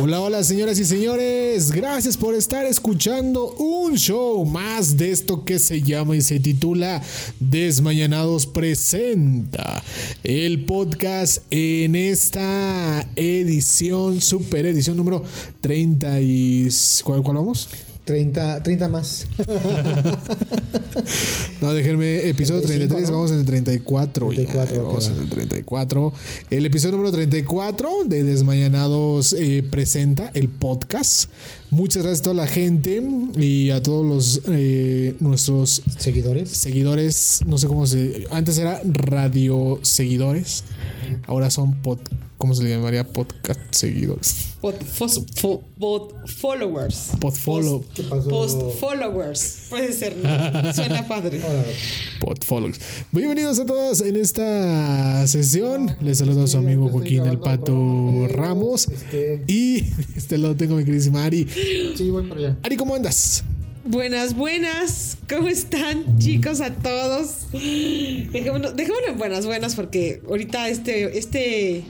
Hola, hola señoras y señores, gracias por estar escuchando un show más de esto que se llama y se titula Desmañanados presenta el podcast en esta edición, super edición número 30 y... ¿Cuál, cuál vamos? 30, 30 más. No, déjenme, episodio 35, 33, ¿no? vamos en el 34. ya, 34, vamos ok, en va. el 34. El episodio número 34 de Desmañanados eh, presenta el podcast. Muchas gracias a toda la gente y a todos los eh, nuestros Seguidores. seguidores. No sé cómo se. Antes era radio seguidores. Ahora son pod. ¿Cómo se le llamaría? Podcast seguidores. Pod, fos- fo- pod- followers. Pod follow. ¿Qué pasó? Post followers. Puede ser, ¿no? Suena padre. Ahora, Podfollows. Bienvenidos a todos en esta sesión. Les saludo a su amigo Joaquín El Pato Ramos. Este, Y este lado tengo a mi queridísima Ari. sí, voy para allá. Ari, ¿cómo andas? Buenas, buenas. ¿Cómo están, chicos, a todos? Dejémonos, dejémonos en buenas, buenas, porque ahorita este, este.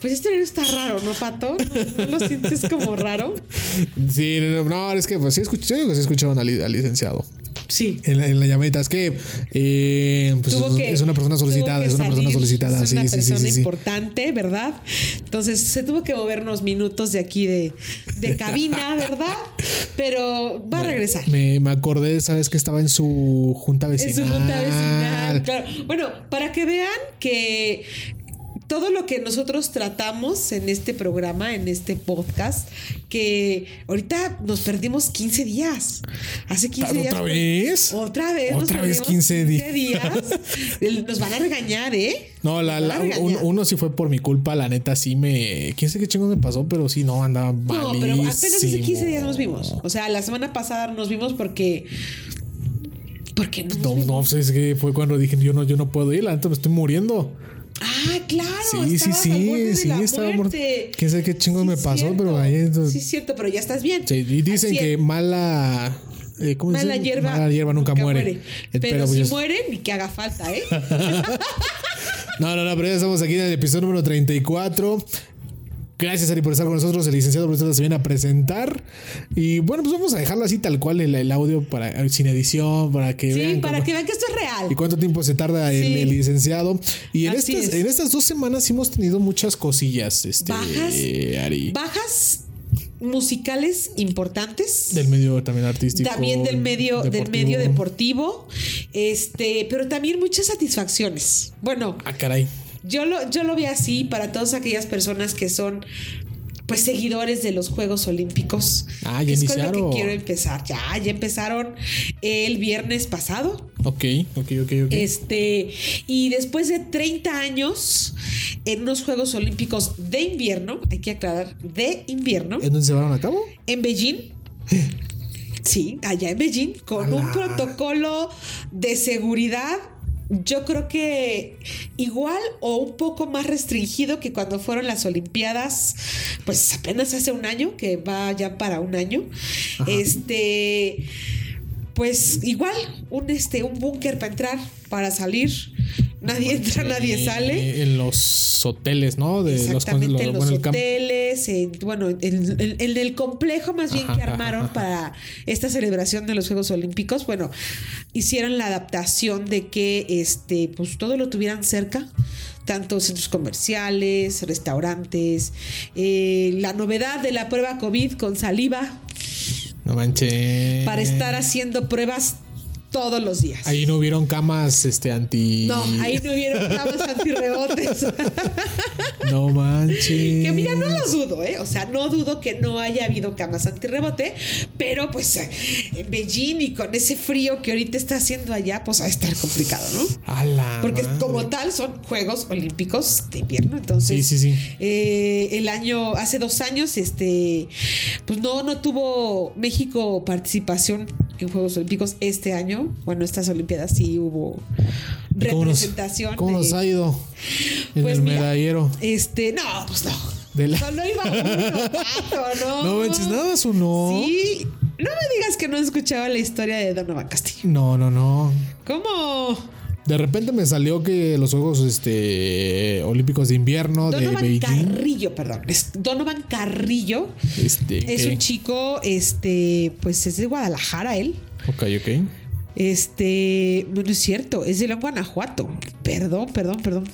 Pues este horario está raro, ¿no, Pato? ¿No, no lo sientes como raro? Sí, no, no, no, es que pues sí escuché, yo digo que sí escucharon al, li- al licenciado. Sí. En la, en la llamadita, es que eh, pues, Tuvo es, que- es una persona tuvo solicitada, que es una persona salir, solicitada. Es una Sí, sí, sí, persona sí, sí. importante, ¿verdad? Entonces se tuvo que mover unos minutos de aquí de, de cabina, ¿verdad? Pero va a regresar. Me, me acordé, sabes que estaba en su junta En vecinal. su junta vecinal, claro. Bueno, para que vean que todo lo que nosotros tratamos en este programa, en este podcast, que ahorita nos perdimos 15 días. Hace 15 días. ¿Otra fue- vez? Otra vez. nos Otra vez perdimos 15 días. días. Nos van a regañar, ¿eh? No, la, Nos la- van a un- regañar. uno sí fue por mi culpa, la neta sí me. Quién sé qué chingo me pasó, pero sí, no, andaba No, malísimo. pero apenas hace 15 días nos vimos. O sea, la semana pasada nos vimos porque. Porque no. nos No, vimos. no, pues, es que fue cuando dije yo no, yo no puedo ir, la neta me estoy muriendo. Ah, claro. Sí, sí, estabas al borde sí, de sí, la estaba muerto. muerte. Quién sabe qué chingo Sí, me pasó, cierto. pero ahí. Sí, es cierto, pero ya estás bien. Sí, y dicen Así que es. mala. eh, ¿Cómo mala dicen? hierba, Mala hierba nunca, muere. Eh, Pero, pues, si ya- muere, ni que haga falta, ¿eh? No, no, no, pero ya estamos aquí en el episodio número 34. Gracias, Ari, por estar con nosotros. El licenciado profesor se viene a presentar. Y bueno, pues vamos a dejarlo así tal cual el, el audio para sin edición, para que vean. sí, para cómo- que vean que esto es y real. cuánto tiempo se tarda el, Sí. el licenciado. Y en Así estas, es. en estas dos semanas hemos tenido muchas cosillas, este, Bajas, Ari. Bajas musicales importantes. Del medio también artístico. también del medio del deportivo. medio deportivo este pero también muchas satisfacciones bueno Ah, caray. yo lo yo lo veo así para todas aquellas personas que son pues seguidores de los Juegos Olímpicos Ah, ya que es con lo iniciaron. que quiero empezar ya ya empezaron el viernes pasado Ok, ok, ok, ok. este, y después de 30 años en unos Juegos Olímpicos de invierno, hay que aclarar, de invierno, ¿En dónde se llevaron a cabo? en Beijing. Sí, allá en Beijing, con un protocolo de seguridad, yo creo que igual o un poco más restringido que cuando fueron las Olimpiadas, pues apenas hace un año, que va ya para un año. Este, pues igual, un, este, un búnker para entrar, para salir. Nadie entra, nadie Eh, sale. En los hoteles, ¿no? De los, Exactamente, lo- en los bueno, el campo. hoteles, en- bueno, en, en- en el complejo más bien Ajá, que ajá, armaron ajá. para esta celebración de los Juegos Olímpicos, bueno, hicieron la adaptación de que este, pues todo lo tuvieran cerca, tanto centros comerciales, restaurantes, eh, la novedad de la prueba COVID con saliva No manches. para estar haciendo pruebas todos los días. Eh. Ahí no hubieron camas este anti. no, ahí no hubieron camas antirrebotes. No manches. Que mira, no lo dudo, ¿eh? O sea, no dudo que no haya habido camas antirrebote, pero pues eh, en Beijing y con ese frío que ahorita está haciendo allá, pues va a estar complicado, ¿no? A la Porque madre. como tal son Juegos Olímpicos de invierno, entonces... Sí, sí, sí. eh, el año, hace dos años, este, pues no, no tuvo México participación en Juegos Olímpicos este año. Bueno, estas Olimpiadas sí hubo ¿Y cómo nos- representación. ¿Cómo de- nos ha ido? En Pues el mira. medallero. este, no, pues no. De la- Solo iba uno, pato, ¿no? No manches, nada más uno. Sí. No me digas que no has escuchado la historia de Donovan Castillo. No, no, no. ¿Cómo? De repente me salió que los Juegos este, Olímpicos de Invierno de Donovan Beijing. Carrillo, perdón. Es Donovan Carrillo Este, es ok. un chico, este, pues es de Guadalajara él. Ok, ok. Este, no, no es cierto, es de León, Guanajuato. Perdón, perdón, perdón.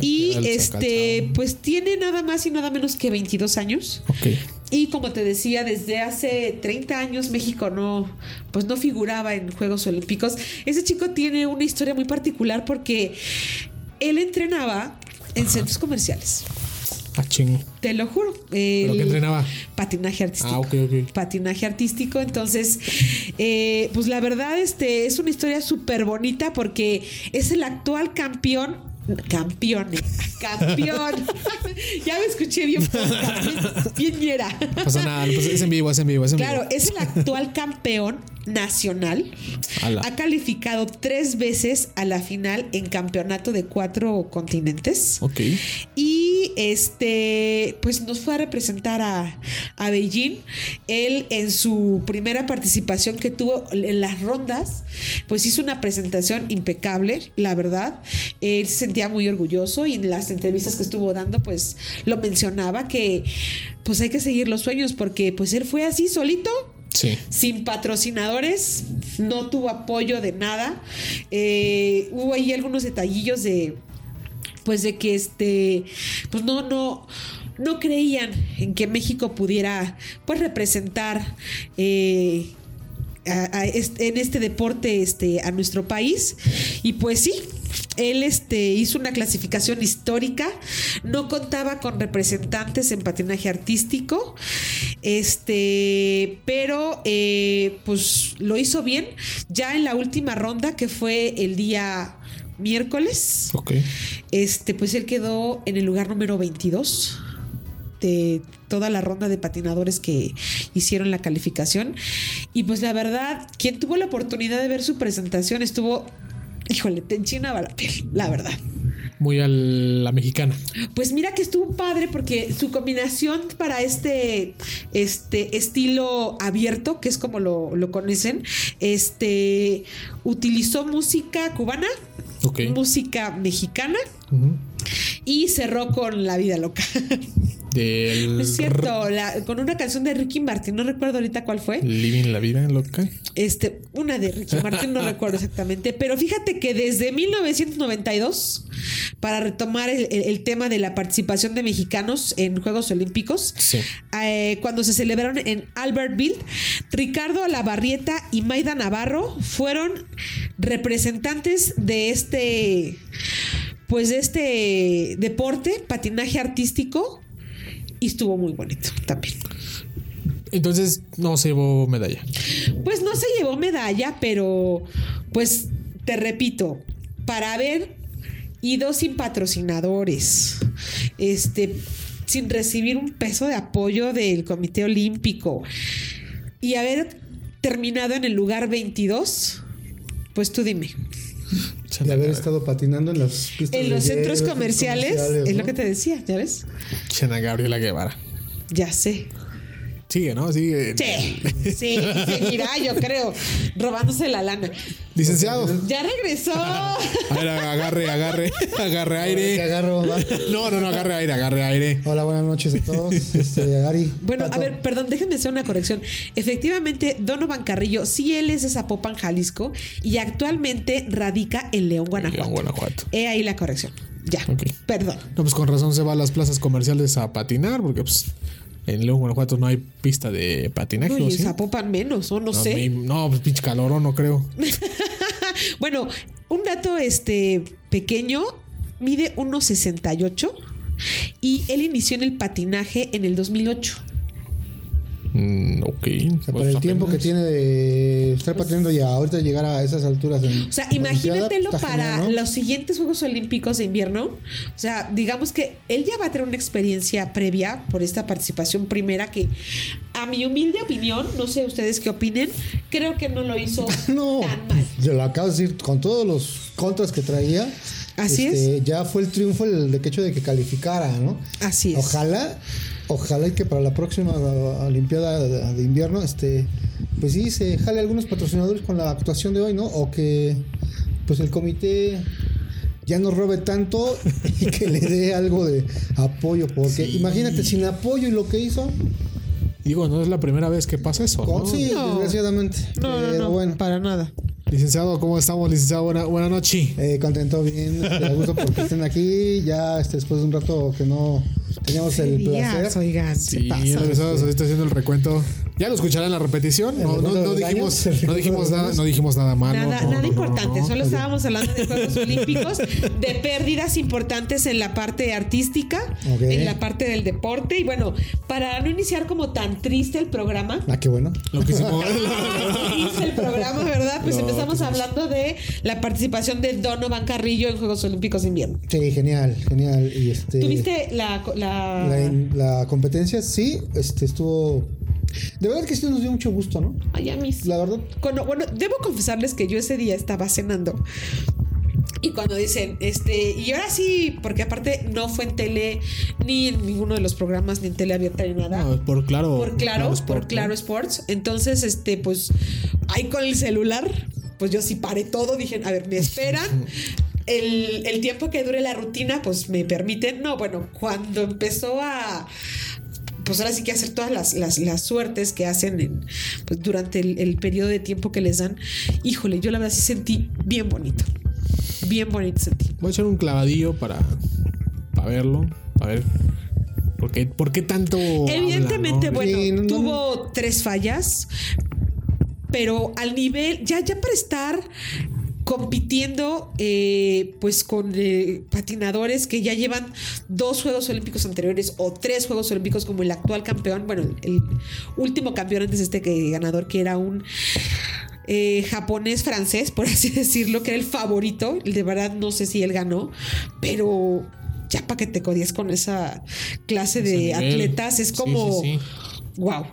Y Alza, este, calza. pues tiene nada más y nada menos que 22 años. Ok. Y como te decía, desde hace 30 años México no, pues no figuraba en Juegos Olímpicos. Ese chico tiene una historia muy particular porque él entrenaba en centros comerciales. Ah, chingo. Te lo juro. ¿Pero El qué entrenaba? Patinaje artístico. Ah, ok, ok. Patinaje artístico. Entonces, eh, pues la verdad, este es una historia súper bonita porque es el actual campeón. Campeón, eh, campeón. ya me escuché bien, podcast, bien, bien ñera. No pasa nada, no pasa- es en vivo, es en vivo, es en Claro, vivo. es el actual campeón nacional. Ala. Ha calificado tres veces a la final en campeonato de cuatro continentes. Ok. Y este, pues nos fue a representar a, a Beijing. Él en su primera participación que tuvo en las rondas, pues hizo una presentación impecable, la verdad. Él se sentía muy orgulloso y en las entrevistas que estuvo dando, pues lo mencionaba que pues hay que seguir los sueños porque pues él fue así solito Sí. sin patrocinadores, no tuvo apoyo de nada. Eh, hubo ahí algunos detallillos de, pues de que este, pues no, no, no creían en que México pudiera, pues representar. eh, a- a este- en este deporte este, a nuestro país. Y pues sí, él este, hizo una clasificación histórica, no contaba con representantes en patinaje artístico, este, pero eh, pues lo hizo bien ya en la última ronda que fue el día miércoles. Ok. Este, pues él quedó en el lugar número 22 de toda la ronda de patinadores que hicieron la calificación. Y pues la verdad, quien tuvo la oportunidad de ver su presentación estuvo, híjole, te enchinaba la piel, la verdad. Muy a la mexicana. Pues mira que estuvo padre porque su combinación para este, este estilo abierto, que es como lo, lo conocen, este, utilizó música cubana, Ok. música mexicana Ujú. y cerró con La Vida Loca. Del. No es cierto, la- con una canción de Ricky Martin, no recuerdo ahorita cuál fue. Living la vida loca. Este, una de Ricky Martin, no recuerdo exactamente, pero fíjate que desde 1992, para retomar el, el- el tema de la participación de mexicanos en Juegos Olímpicos, Sí. eh, cuando se celebraron en Albertville, Ricardo Alabarrieta y Maida Navarro fueron representantes de este, pues de este deporte, patinaje artístico, y estuvo muy bonito también. Entonces no se llevó medalla. Pues no se llevó medalla, pero pues te repito, para haber ido sin patrocinadores, este, sin recibir un peso de apoyo del Comité Olímpico y haber terminado en el lugar 22, pues tú dime. De haber estado patinando en las pistas. En de los hielo, centros comerciales, comerciales, es lo ¿no? que te decía, ¿ya ves? Chana Gabriela Guevara. Ya sé. Sigue, ¿no? Sigue. Sí, sí, seguirá, yo creo, robándose la lana. Licenciado. Ya regresó. A ver, agarre, agarre, agarre Te aire. agarro. va. No, no, no, agarre aire, agarre aire. Hola, buenas noches a todos. Este, Ari. Bueno, a Pato. ver, perdón, déjenme hacer una corrección. Efectivamente, Donovan Carrillo, sí, él es de Zapopan, Jalisco, y actualmente radica en León, Guanajuato. León, Guanajuato. He ahí la corrección. Ya, Ok. perdón. No, pues con razón se va a las plazas comerciales a patinar, porque pues en León, Guanajuato no hay pista de patinaje. No, ¿o y en sí? Zapopan menos, o no, No, sé. me- no, pues pinche calorón, no creo. Bueno, un dato este pequeño, mide 1.68 y él inició en el patinaje en el 2008. Mm, ok. O sea, para el tiempo que tiene de estar patinando y ahorita llegar a esas alturas. en O sea, la imagínatelo Olimpiada, está para genial, ¿no? los siguientes Juegos Olímpicos de invierno. O sea, digamos que él ya va a tener una experiencia previa por esta participación primera que, a mi humilde opinión, no sé ustedes qué opinen, creo que no lo hizo No, tan mal. yo lo acabo de decir, con todos los contras que traía. Así es. Ya fue el triunfo el de que hecho de que calificara, ¿no? Así es. Ojalá, ojalá y que para la próxima o- Olimpiada de de invierno, este, pues sí, se jale algunos patrocinadores con la actuación de hoy, ¿no? O que pues el comité ya no robe tanto y que le dé algo de apoyo. Porque Sí. imagínate, sin apoyo y lo que hizo, Digo, no es la primera vez que pasa eso. Pues ¿no? con- Oh, sí, No. desgraciadamente. No, no, Pero no, bueno, para nada. Licenciado, ¿cómo estamos, licenciado? Buena, buena noche. eh, contento bien, este, a gusto porque estén aquí. Ya este, después de un rato que no teníamos el placer. Días, oigan, se Sí, pasa. regresamos, ahorita estoy haciendo el recuento. Ya lo escucharán en la repetición. ¿El No, no, recuento no de los dijimos, daños? ¿El no recuento dijimos de los nada, daños? no dijimos nada malo. Nada, Ah, no, no, nada no, importante, no. solo estábamos hablando de Juegos Olímpicos, de pérdidas importantes en la parte artística, Ok. en la parte del deporte. Y bueno, para no iniciar como tan triste el programa, Ah, qué bueno. Lo que hicimos. triste el programa, ¿verdad? Pues No, empezamos hablando de la participación de Donovan Carrillo en Juegos Olímpicos de Invierno. Sí, genial, genial. Y este, ¿Tuviste la, la- La, la competencia sí, este estuvo. De verdad que sí nos dio mucho gusto, ¿no? Ay, a mí sí. La verdad. Cuando- bueno, debo confesarles que yo ese día estaba cenando. Y cuando dicen, este, y ahora sí, porque aparte no fue en tele, ni en ninguno de los programas, ni en tele abierta, ni nada. No, por claro. por claro, Sport, por claro Sports. Entonces, este, pues, ahí con el celular, pues yo sí paré todo, dije, a ver, me esperan. El, el tiempo que dure la rutina, pues me permiten. No, bueno, cuando empezó a. Pues ahora sí que hacer todas las, las, las suertes que hacen en, pues, durante el, el periodo de tiempo que les dan. Híjole, yo la verdad sí sentí bien bonito. Bien bonito sentí. Voy a echar un clavadillo para, para verlo. A ver. ¿Por qué, por qué tanto? habla, Evidentemente, no? bueno, Sí, no, no, tuvo tres fallas, pero al nivel, ya, ya para estar compitiendo eh, pues con eh, patinadores que ya llevan dos Juegos Olímpicos anteriores o tres Juegos Olímpicos como el actual campeón, bueno, el, el último campeón antes de este que, ganador que era un eh, japonés francés, por así decirlo, que era el favorito. De verdad, no sé si él ganó, pero ya para que te codies con esa clase Ese de nivel. atletas, es Sí, como sí, sí. wow.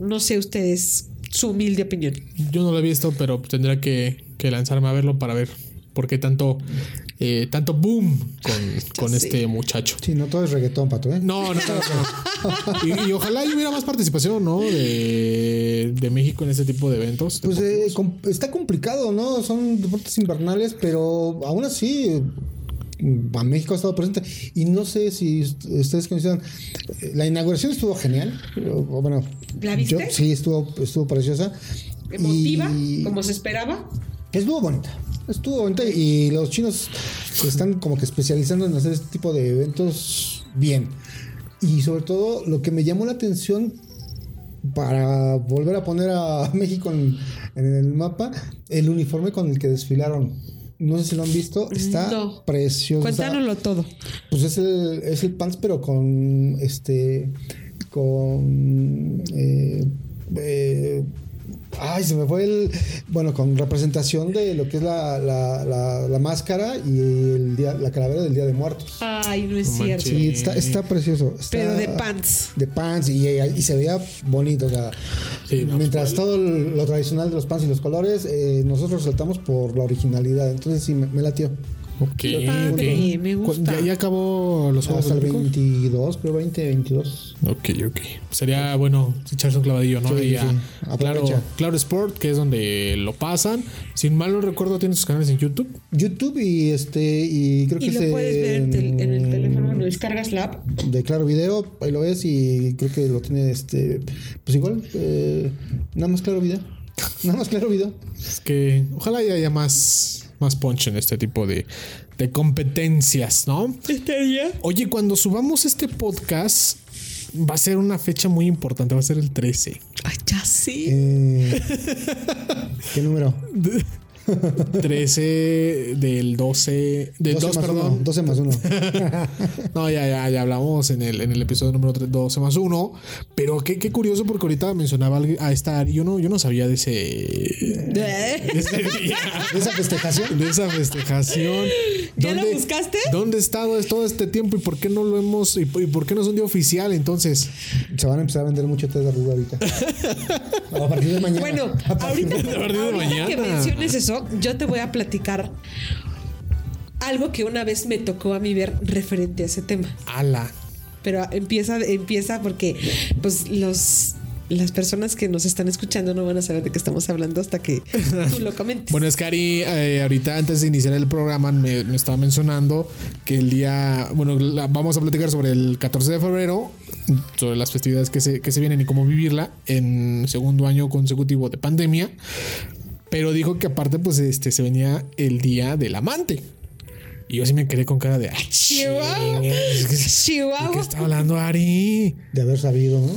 No sé ustedes su humilde opinión. Yo no lo he visto, pero tendría que, que lanzarme a verlo para ver por qué tanto, eh, tanto boom con, con sé. este muchacho. Sí, no todo es reggaetón, pato, ¿eh? No, no, no. no. Y, y ojalá y hubiera más participación, ¿no? De, de México en este tipo de eventos. Pues eh, com- está complicado, ¿no? Son deportes invernales, pero aún así. eh, A México ha estado presente y no sé si ust- ustedes coincidan. eh, La inauguración estuvo genial. o- o Bueno, ¿La viste? sí, estuvo, estuvo preciosa. Emotiva, Y- como se esperaba. Estuvo bonita. Estuvo bonita y los chinos se están como que especializando en hacer este tipo de eventos bien. Y sobre todo lo que me llamó la atención para volver a poner a México en, en el mapa, el uniforme con el que desfilaron. No sé si lo han visto, está No. precioso. Cuéntanoslo todo. Pues es el, es el pants, pero con este. Con. eh, eh, ay, se me fue el. Bueno, con representación de lo que es la, la, la- la máscara y el día, la calavera del Día de Muertos. Ay, no es No manches. cierto. Sí, está, está precioso. está- Pero de pants. De pants y, y se veía bonito. O sea, Sí, no, mientras todo lo tradicional de los pants y los colores, eh, nosotros saltamos por la originalidad. Entonces sí, me, me latió. Ok, Qué padre, ok. me gusta. ¿Ya, ya acabó los Juegos Hasta el Olímpicos? 22, creo 20, 22. Ok, ok. Sería bueno echarse un clavadillo, ¿no? Sí, Y a- sí. Claro, Aprovecha. claro Sport, que es donde lo pasan. Sin mal no recuerdo, tiene sus canales en YouTube. YouTube y este y creo Y que lo es puedes ver en, tel- en el teléfono cuando descargas la app. de claro video ahí lo ves y creo que lo tiene este pues igual eh, nada más claro video nada más claro video Es que ojalá ya haya más, más punch en este tipo de, de competencias, ¿no? Estaría. Oye, cuando subamos este podcast, va a ser una fecha muy importante, va a ser el 13. Ay, ya sí. Eh, qué número 13 del 12, del 2, más perdón. uno 12 más uno No, ya, ya, ya hablamos en el, en el episodio número 3, 12 más 1. Pero qué, qué curioso, porque ahorita mencionaba al- a esta. Yo no, yo no sabía de ese. De ese día, esa festejación de esa festejación. ¿Ya lo ¿Dónde- buscaste? ¿Dónde ha estado es- todo este tiempo y por qué no lo hemos. Y, por- y por qué no es un día oficial entonces? se van a empezar a vender mucho té de arruga ahorita a partir de mañana Bueno, A partir ahorita, de- A partir de ahorita mañana. que menciones eso, yo te voy a platicar algo que una vez me tocó a mí ver referente a ese tema. Ala. Pero empieza, empieza porque pues los las personas que nos están escuchando no van a saber de qué estamos hablando hasta que tú lo comentes. Bueno, es que Ari, eh, ahorita antes de iniciar el programa me, me estaba mencionando que el día, bueno, la- vamos a platicar sobre el 14 de febrero, sobre las festividades que se, que se vienen y cómo vivirla en segundo año consecutivo de pandemia. Pero dijo que aparte, pues, este, se venía el día del amante. Y yo sí me quedé con cara de... "Ah, Chihuahua. chingues, ¿de qué- ¿De qué Chihuahua. está hablando Ari? De haber sabido, ¿no?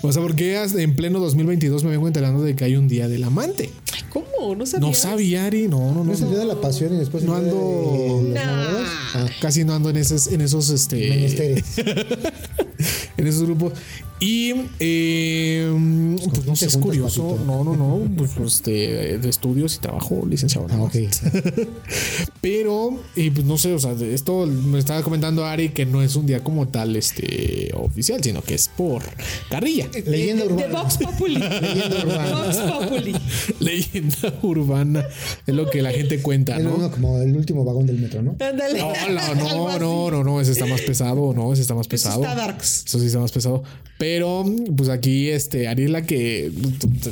O sea, porque hasta en pleno 2022 me vengo enterando de que hay un día del amante. ¿Cómo? No sabía. No sabía, Ari. No, no, No no. es el día de la pasión y después el No día ando- de los Nah. enamorados. Ah, Casi no ando en esos, en esos, este, menesteres. en esos grupos. Y eh, pues no sé, es juntas, curioso. papito. No, no, no. Pues, pues, de, de estudios y trabajo, licenciado. Ah, nada ok. más. Pero, y pues no sé, o sea, de esto me estaba comentando Ari que no es un día como tal, este, oficial, sino que es por carrilla. Leyenda de, de- de urbana. Vox Populi. Leyenda urbana. Vox Populi. Leyenda urbana. Es lo que la gente cuenta, Era ¿no? uno como el último vagón del metro, ¿no? Ándale. Hola, Algo no, así. no, no, no, ese está más pesado, no, ese está más Eso pesado. está darks. Eso sí está más pesado. Pero, pues aquí, este, Ari es la que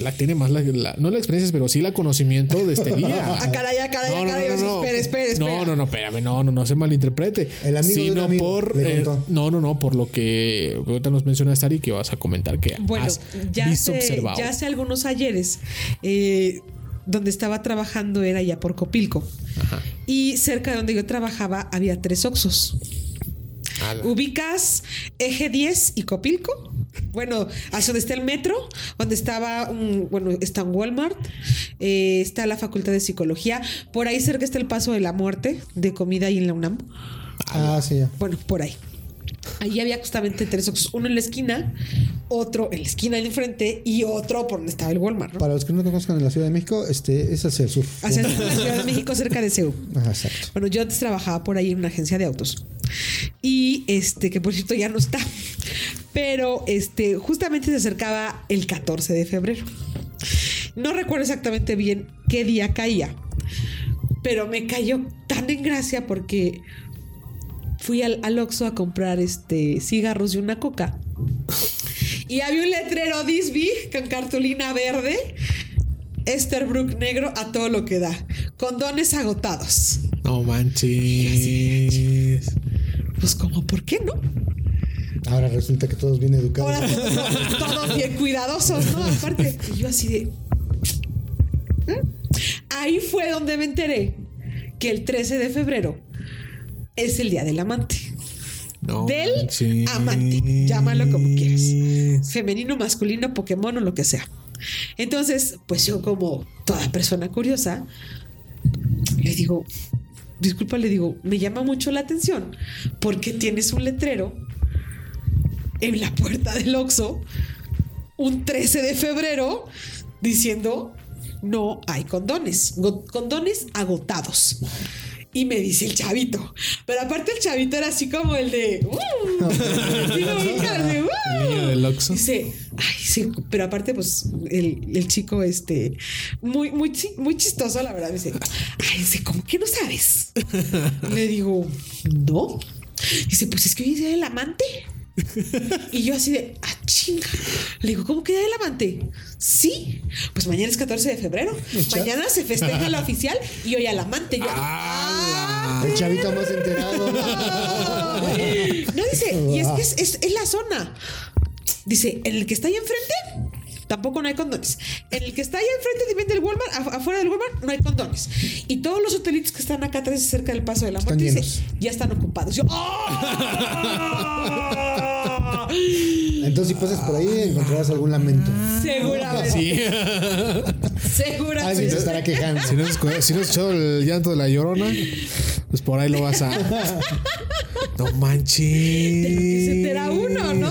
la tiene más, la, la- no la experiencia, pero sí la conocimiento de este día. Ah, caray, ah, caray, ah, caray. Espera, espera, espera. No, no, no, espérame, no, no, no se malinterprete. El amigo de un Sino amigo, por. le eh, contó. no, no, no, por lo que ahorita nos mencionaste, Ari, que vas a comentar que Bueno, has ya visto, hace, observado. ya hace algunos ayeres, eh, donde estaba trabajando era ya por Copilco. Ajá. Y cerca de donde yo trabajaba había tres Oxos. Ala. Ubicas Eje 10 y Copilco. Bueno, hacia donde está el metro, donde estaba un, bueno, está un Walmart, eh, está la Facultad de Psicología, por ahí cerca está el Paso de la Muerte de comida y en la UNAM. Ah, sí, ya. Bueno, por ahí. Allí había justamente tres Oxxos, uno en la esquina, otro en la esquina del enfrente y otro por donde estaba el Walmart. ¿no? Para los que no conozcan en la Ciudad de México, este es hacia el sur. Hacia la Ciudad de México, cerca de Seúl. Ajá, exacto. Bueno, yo antes trabajaba por ahí en una agencia de autos. Y este, que por cierto ya no está. Pero este, justamente se acercaba el 14 de febrero. No recuerdo exactamente bien qué día caía. Pero me cayó tan en gracia porque fui al, al Oxxo a comprar este cigarros y una coca. Y había un letrero Disney con cartulina verde, Esterbrook negro a todo lo que da. Condones agotados. No manches. Pues como, ¿por qué no? Ahora resulta que todos bien educados. Ahora todos, todos bien cuidadosos, ¿no? Aparte, y yo así de... ¿Mm? Ahí fue donde me enteré que el 13 de febrero es el Día del Amante. No Del manches. amante. Llámalo como quieras. Femenino, masculino, Pokémon o lo que sea. Entonces, pues yo como toda persona curiosa, le digo, disculpa, le digo, me llama mucho la atención porque tienes un letrero en la puerta del Oxxo un 13 de febrero diciendo no hay condones, go- condones agotados. Y me dice el chavito. Pero aparte el chavito era así como el de... "Uh". Sí, lo ubicas, de, "Uh". El niño del Oxxo. Dice, ay, sí, pero aparte, pues, el, el chico, este, muy, muy, chi- muy chistoso, la verdad, me dice, ay, dice, ¿cómo que no sabes? Le digo, no. Dice, pues es que hoy es día del amante. Y yo así de, ah, chinga. Le digo, ¿cómo queda el amante? Sí, pues mañana es 14 de febrero. Mañana se festeja la oficial y hoy al amante. Yo, "Ah, ¡Hala! El chavito más enterado. Ah. No dice, y es que es, es- es la zona. Dice, en el que está ahí enfrente, tampoco no hay condones. En el que está ahí enfrente, de frente del Walmart, af- afuera del Walmart, no hay condones. Y todos los hotelitos que están acá atrás, cerca del paso de la Están muerte, dice, llenos. ya están ocupados. Yo, ¡ah! Entonces, si pasas por ahí, encontrarás algún lamento. Ah. Seguramente. Sí. Alguien se Seguramente. estará quejando. Si no, has, escu- si no has escuchado el llanto de la llorona, pues por ahí lo vas a. No manches. lo que se entera uno, ¿no?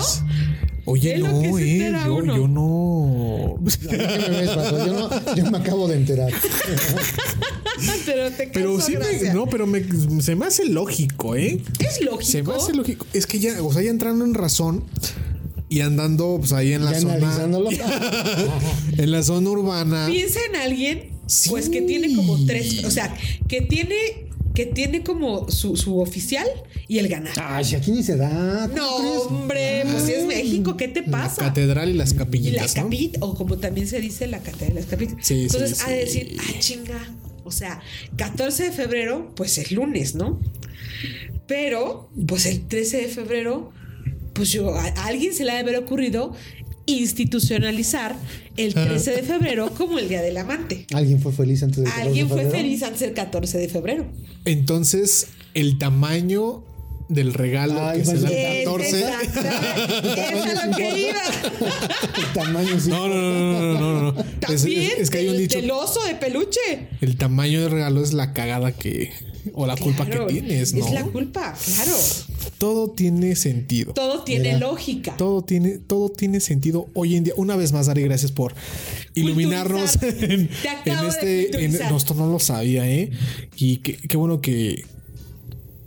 Oye, De lo no, que se eh. entera Yo, uno. Pues, yo no. ¿Qué me ves, Paco? Yo, no- yo me acabo de enterar. Pero te Pero causó sí, me- gracia. no, pero me, se me hace lógico, ¿eh? Es lógico. Se me hace lógico. Es que ya, o sea, ya entrando en razón y andando pues ahí en la Ya zona. analizándolo. En la zona urbana. Piensa en alguien, Sí. pues que tiene como tres, o sea, que tiene que tiene como su, su oficial y el ganar. Ah, Ay, aquí ni se da. ¿cómo No, crees? hombre, pues si es México, ¿qué te pasa? La catedral y las y capillitas. la ¿no? capit, o como también se dice, la catedral de las capitas. Sí, sí, Entonces, sí. a decir, ah, chinga. O sea, 14 de febrero, pues es lunes, ¿no? Pero, pues el 13 de febrero, pues yo, a, a alguien se le ha de haber ocurrido institucionalizar el 13 de febrero como el Día del Amante. Alguien fue feliz antes del 14 de Alguien fue febrero? feliz antes del 14 de febrero. Entonces, el tamaño del regalo Ay, que se pues, da eh, el 14. Exactamente. es a lo que iba. El tamaño sí. No, no, no, no, no, no, no. Es, También es- es que hay un del- dicho. del oso de peluche. El tamaño del regalo es la cagada que. O la culpa Claro, que tienes, ¿no? Es la culpa, claro. Todo tiene sentido. Todo tiene Mira. lógica. Todo tiene, todo tiene sentido hoy en día. Una vez más, Dari, gracias por iluminarnos Culturizar. en, Te en acabo de este. en- culturizar. no, esto no lo sabía, ¿eh? Y qué, qué bueno que.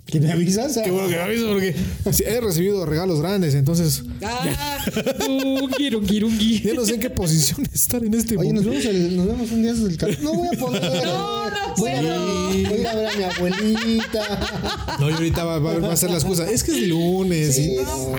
¿Que me avisas? Ah, Qué bueno que me avisas porque sí, he recibido regalos grandes, entonces Ah, ungi, ungi, ungi. ya no sé en qué posición estar en este Oye, nos momento. vemos, el- nos vemos un día antes del 14. No voy a poder. No, no voy a, puedo. ver- voy a ir a ver a mi abuelita. No, y ahorita va, va- va a ser la excusa. Es que es lunes. Sí, y- no.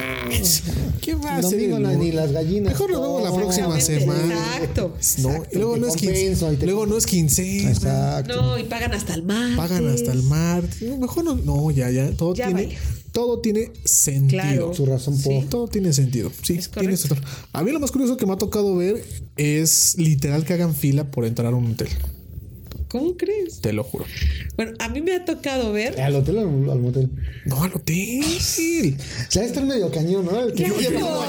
¿Qué va a ser Domingo el no hay ni lunes? las gallinas. Mejor nos vemos la No. próxima semana. Exacto. No, y luego no es Te compenso y quince. te Luego no es quince. Exacto. No, y pagan hasta el mar. Pagan hasta el martes. Mejor no. No, ya, ya. Todo Ya tiene. valió. Todo tiene sentido. Claro. Su razón por. Todo tiene sentido. Sí, Es tiene sentido. A mí lo más curioso que me ha tocado ver es literal que hagan fila por entrar a un hotel. ¿Cómo crees? Te lo juro. Bueno, a mí me ha tocado ver. Al hotel o al, al motel. No, al hotel. Se va a estar medio cañón, ¿no? El ¡Qué que- asco!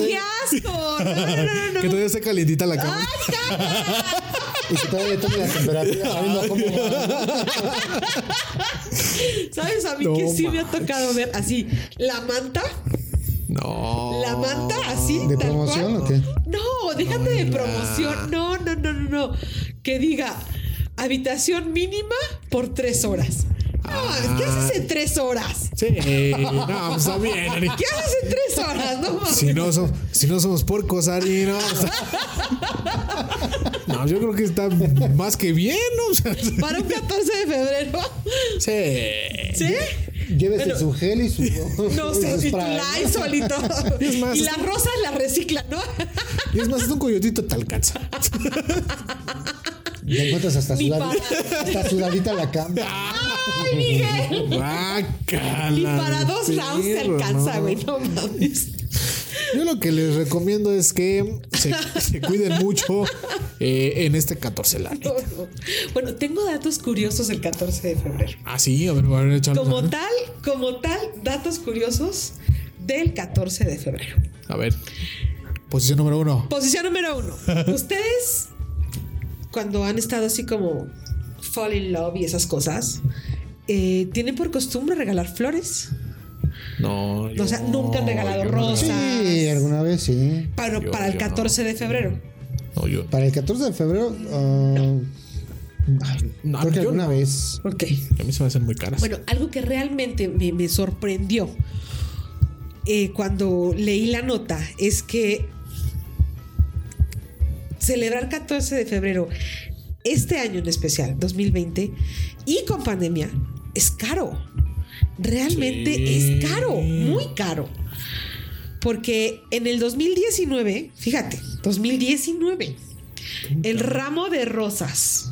¡Qué asco! No, no, no, no. Que todavía está calientita la cama. Y se todavía le tome la temperatura sabiendo cómo va. ¿Sabes a mí No que sí me ha manches. tocado ver así? La manta, No. la manta así. ¿De tal promoción cual. o qué? No, déjate de promoción. No, no, no, no, no. Que diga habitación mínima por tres horas. No, mames, ¿qué haces en tres horas? Sí, no, pues está bien. Ari. ¿Qué haces en tres horas? No mames. Si no, so- si no somos porcos, Ari, no. o sea. no, yo creo que está más que bien, ¿no? O sea, Para un 14 de febrero. sí. ¿Sí? Llévese Pero- su gel y su. No y su sé, y tu spray, ¿no? Lysol y todo. Es más, y es- las rosas las reciclan, ¿no? Y es más, es un coyotito te alcanza. Ya encuentras hasta Ni sudadita. para- Hasta sudadita la cama. ¡Ay, Miguel! Guácala Y para de dos rounds te perro, alcanza, no. güey. No mames. Yo lo que les recomiendo es que se, se cuiden mucho eh, en este 14 la No, neta. no. Bueno, tengo datos curiosos el 14 de febrero. Ah, sí, a ver, a ver, échalo. Como tal, como tal, datos curiosos del 14 de febrero. A ver. Posición número uno. Posición número uno. Ustedes, cuando han estado así como fall in love y esas cosas, eh, tienen por costumbre regalar flores. No, O sea, nunca han regalado yo no rosas. Sí, alguna vez sí. Para, Yo- para el yo 14 de febrero. regalo- No, yo. Para el 14 de febrero. ah, ay, No, creo que yo alguna no. vez. Ok. A mí se me hacen muy caras. Bueno, algo que realmente me, me sorprendió eh, cuando leí la nota es que celebrar 14 de febrero este año en especial, 2020, y con pandemia, es caro. Realmente Sí. es caro, muy caro. Porque en el 2019, fíjate, 2019, el ramo de rosas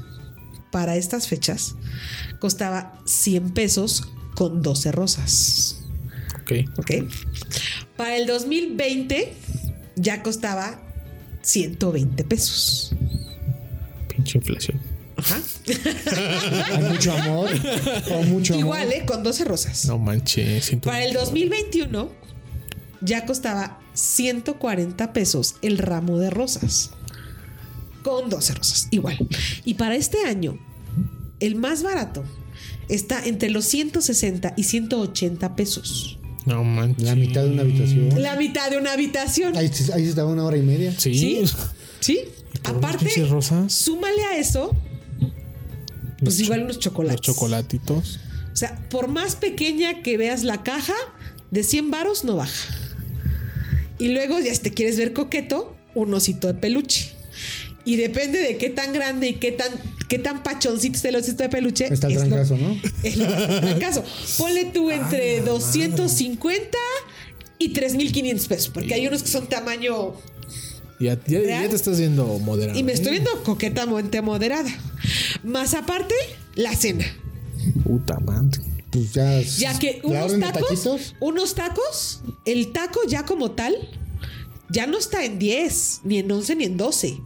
para estas fechas costaba 100 pesos con 12 rosas. ok. ¿Ok? Para el 2020 ya costaba 120 pesos. Pinche inflación. Ajá. Con mucho amor. Con mucho amor. Igual, ¿eh? Con 12 rosas. No manches. siento- Para el 2021 ya costaba 140 pesos el ramo de rosas. Con 12 rosas, igual. Y para este año, el más barato está entre los 160 y 180 pesos. No manches. La mitad de una habitación. La mitad de una habitación. Ahí, se- ahí se estaba una hora y media. Sí. Sí. Sí. Por Aparte, unas pinches rosas. súmale a eso, Los pues cho- igual unos chocolates. Los chocolatitos. O sea, por más pequeña que veas la caja, de 100 varos no baja. Y luego, ya si te quieres ver coqueto, un osito de peluche. Y depende de qué tan grande y qué tan qué tan pachoncito se los este peluche. Está el es lo- trancazo, ¿no? es lo que está el trancazo. Ponle tú entre 250 y 3500 pesos, porque hay unos que son tamaño Ya, ya- ya Real. te estás viendo moderado. y me ¿eh? estoy viendo coquetamente moderada. Más aparte, la cena. Puta madre. Pues ya. Ya que la unos orden de tacos, taquitos, unos tacos, el taco ya como tal, ya no está en 10, ni en 11, ni en 12.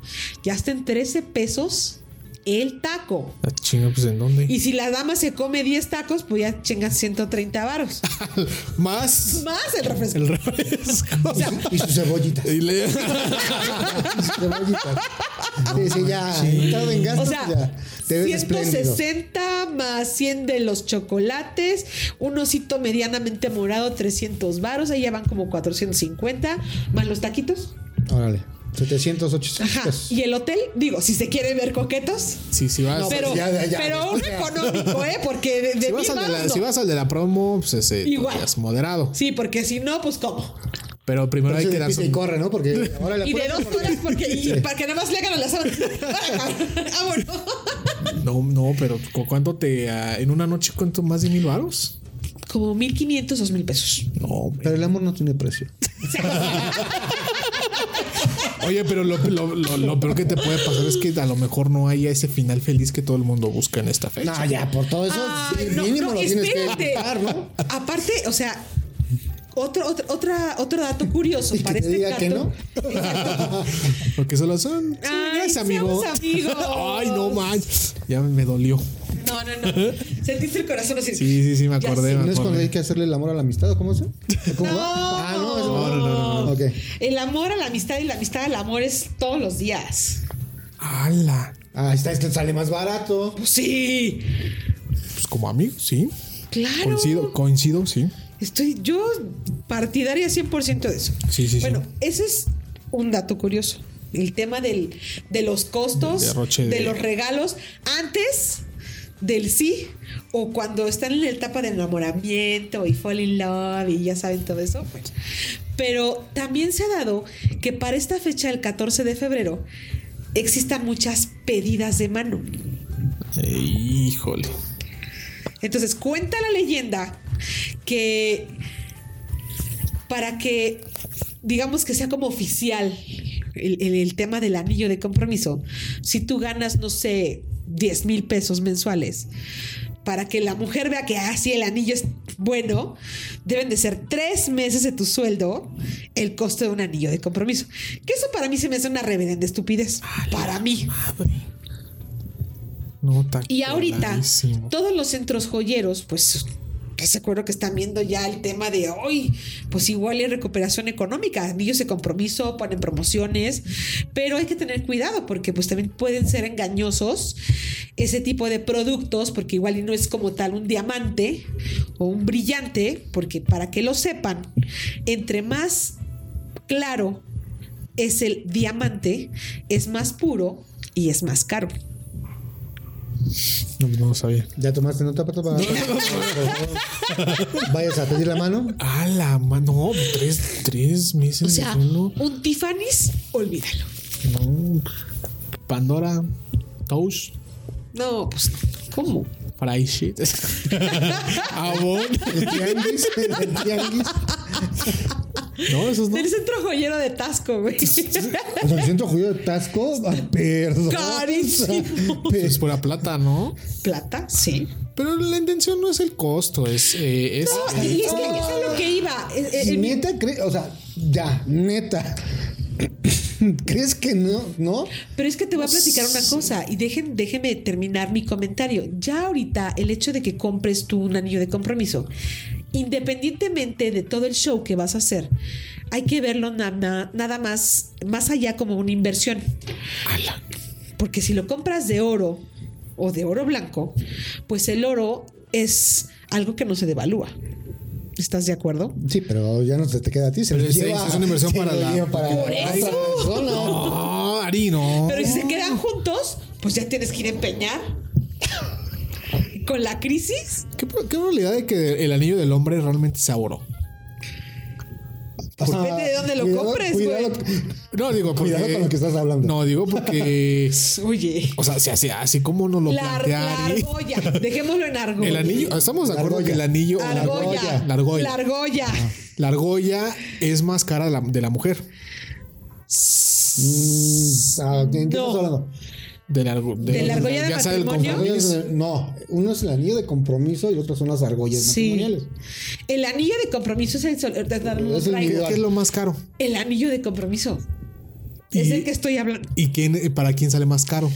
Ya está en 13 pesos el taco. La chinga, pues en dónde. Y si la dama se come 10 tacos, pues ya chingan 130 varos. Más Más el refresco. el refresco. O sea, Y sus cebollitas. y le... sus cebollitas. Sí, sí, ya. entrado en gastos, O sea, ya. Te ves espléndido. 160 más 100 de los chocolates, un osito medianamente morado, 300 varos, ahí ya van como 450, más los taquitos. Órale. 700, 800 Ajá. pesos. Y el hotel, digo, si se quieren ver coquetos, Sí, si vas, No, pero, pues ya, ya, pero ya. uno económico, ¿eh? Porque de, de si, vas mil al de la, varos no. si vas al de la promo, pues ese Igual. todavía es moderado. Sí, porque si no, pues cómo. Pero primero hay Entonces, que dar pisa y su... corre, ¿no? Porque ahora la Y de apúrate dos porque- horas, porque, y para que nada más le hagan a la sábana. Vámonos. No, no, pero ¿cu- ¿cuánto te... ah, en una noche cuánto más de mil varos? Como 1500, 2000 pesos. No, Pero el amor no tiene precio. Oye, pero lo, lo- lo- lo peor que te puede pasar es que a lo mejor no haya ese final feliz que todo el mundo busca en esta fecha. No, ya, por todo eso, Ay, sí, Ah, no, mínimo no, lo tienes que espérate. pagar, ¿no? Aparte, o sea, otro, otro, otra, otro dato curioso Y que para te este diga que gato. Porque solo son. Ay, gracias, amigo. seamos amigos. Ay, no manches. Ya me dolió. No, no, no. Sentiste el corazón así. Sí, sí, sí, me Ya acordé. sé. me ¿No es cuando acordé. hay que hacerle el amor a la amistad o cómo es? ¿Cómo No. va? Ah, no, eso No, no, no, no. Ok. El amor a la amistad y la amistad al amor es todos los días. ¡Hala! Ah, está, esto sale más barato. Pues sí. Pues como amigo, sí. Claro. Coincido, coincido, sí. Estoy yo partidaria 100% de eso. Sí, sí, sí. Bueno, ese es un dato curioso. El tema del, de los Del costos, derroche de... de- los regalos, antes del sí o cuando están en la etapa de enamoramiento y fall in love y ya saben todo eso. pues. Pero también se ha dado que para esta fecha, el 14 de febrero, existan muchas pedidas de mano. Ey, híjole. Entonces cuenta la leyenda que para que digamos que sea como oficial el, el- el tema del anillo de compromiso, si tú ganas, no sé, 10 mil pesos mensuales, para que la mujer vea que así el anillo es bueno, deben de ser tres meses de tu sueldo el costo de un anillo de compromiso. Que eso para mí se me hace una reverenda estupidez. Para mí. No, está Y ahorita, clarísimo. todos los centros joyeros, pues, que se acuerdo que están viendo ya el tema de hoy, pues igual hay recuperación económica, anillos de compromiso, ponen promociones, pero hay que tener cuidado porque pues también pueden ser engañosos ese tipo de productos, porque igual y no es como tal un diamante o un brillante, porque para que lo sepan, entre más claro es el diamante, es más puro y es más caro. No, no sabía. ¿Ya tomaste nota para para- para- Vayas a pedir la mano. ¡Hala! ma- No, tres, tres meses O sea, de sueldo. un Tiffany's, olvídalo. No. Pandora, Toast, No, pues, ¿cómo? Fry Shit, Avon. El tianguis. El tianguis. No, esos no. Del centro joyero de Tasco, güey. O sea, me siento judío de Tasco. Ah, Perdón. Pues, Carísimo. Eh, Es pura plata, ¿no? Plata, sí. Pero la intención no es el costo, es. eh, es No, y es que es a lo que iba. Eh, eh, Si en mi- neta, cre- o sea, ya, neta. ¿Crees que no? ¿No? Pero es que te voy a platicar una cosa y dejen, déjeme terminar mi comentario. Ya ahorita el hecho de que compres tú un anillo de compromiso, independientemente de todo el show que vas a hacer, hay que verlo na- na- nada más, más allá como una inversión. Porque si lo compras de oro o de oro blanco, pues el oro es algo que no se devalúa. ¿Estás de acuerdo? Sí, pero ya no se te queda a ti. Se Pero lo es- lleva- es una inversión se para lo la- lleva para Por otra eso. persona. No, Ari, no. Pero si se quedan juntos, pues ya tienes que ir a empeñar. Con la crisis, ¿Qué, pro- qué probabilidad de que el anillo del hombre realmente sea oro? O sea, Depende Pues de dónde lo compres, cuidado, güey. No, digo, porque. Cuidado con lo que estás hablando. No, digo porque. Oye. O sea, si así, así como nos lo La, ar- plantea la Ari, argolla. Dejémoslo en argolla. El anillo, estamos de La acuerdo argolla. que el anillo. o la Argolla. La La argolla. Ah. argolla. La argolla es más cara de la, de la mujer. Mm, ah, ¿de ¿En qué No. estás hablando? De la, argo- de- ¿De la argolla de ya sea del matrimonio? compromiso. Argollas de- No, uno es el anillo de compromiso y otro son las argollas Sí. matrimoniales. El anillo de compromiso es el, sol- de- de- Es el ¿Qué, individual. qué es lo más caro? el anillo de compromiso. Es Y- el que estoy hablando. ¿Y quién, eh, para quién sale más caro?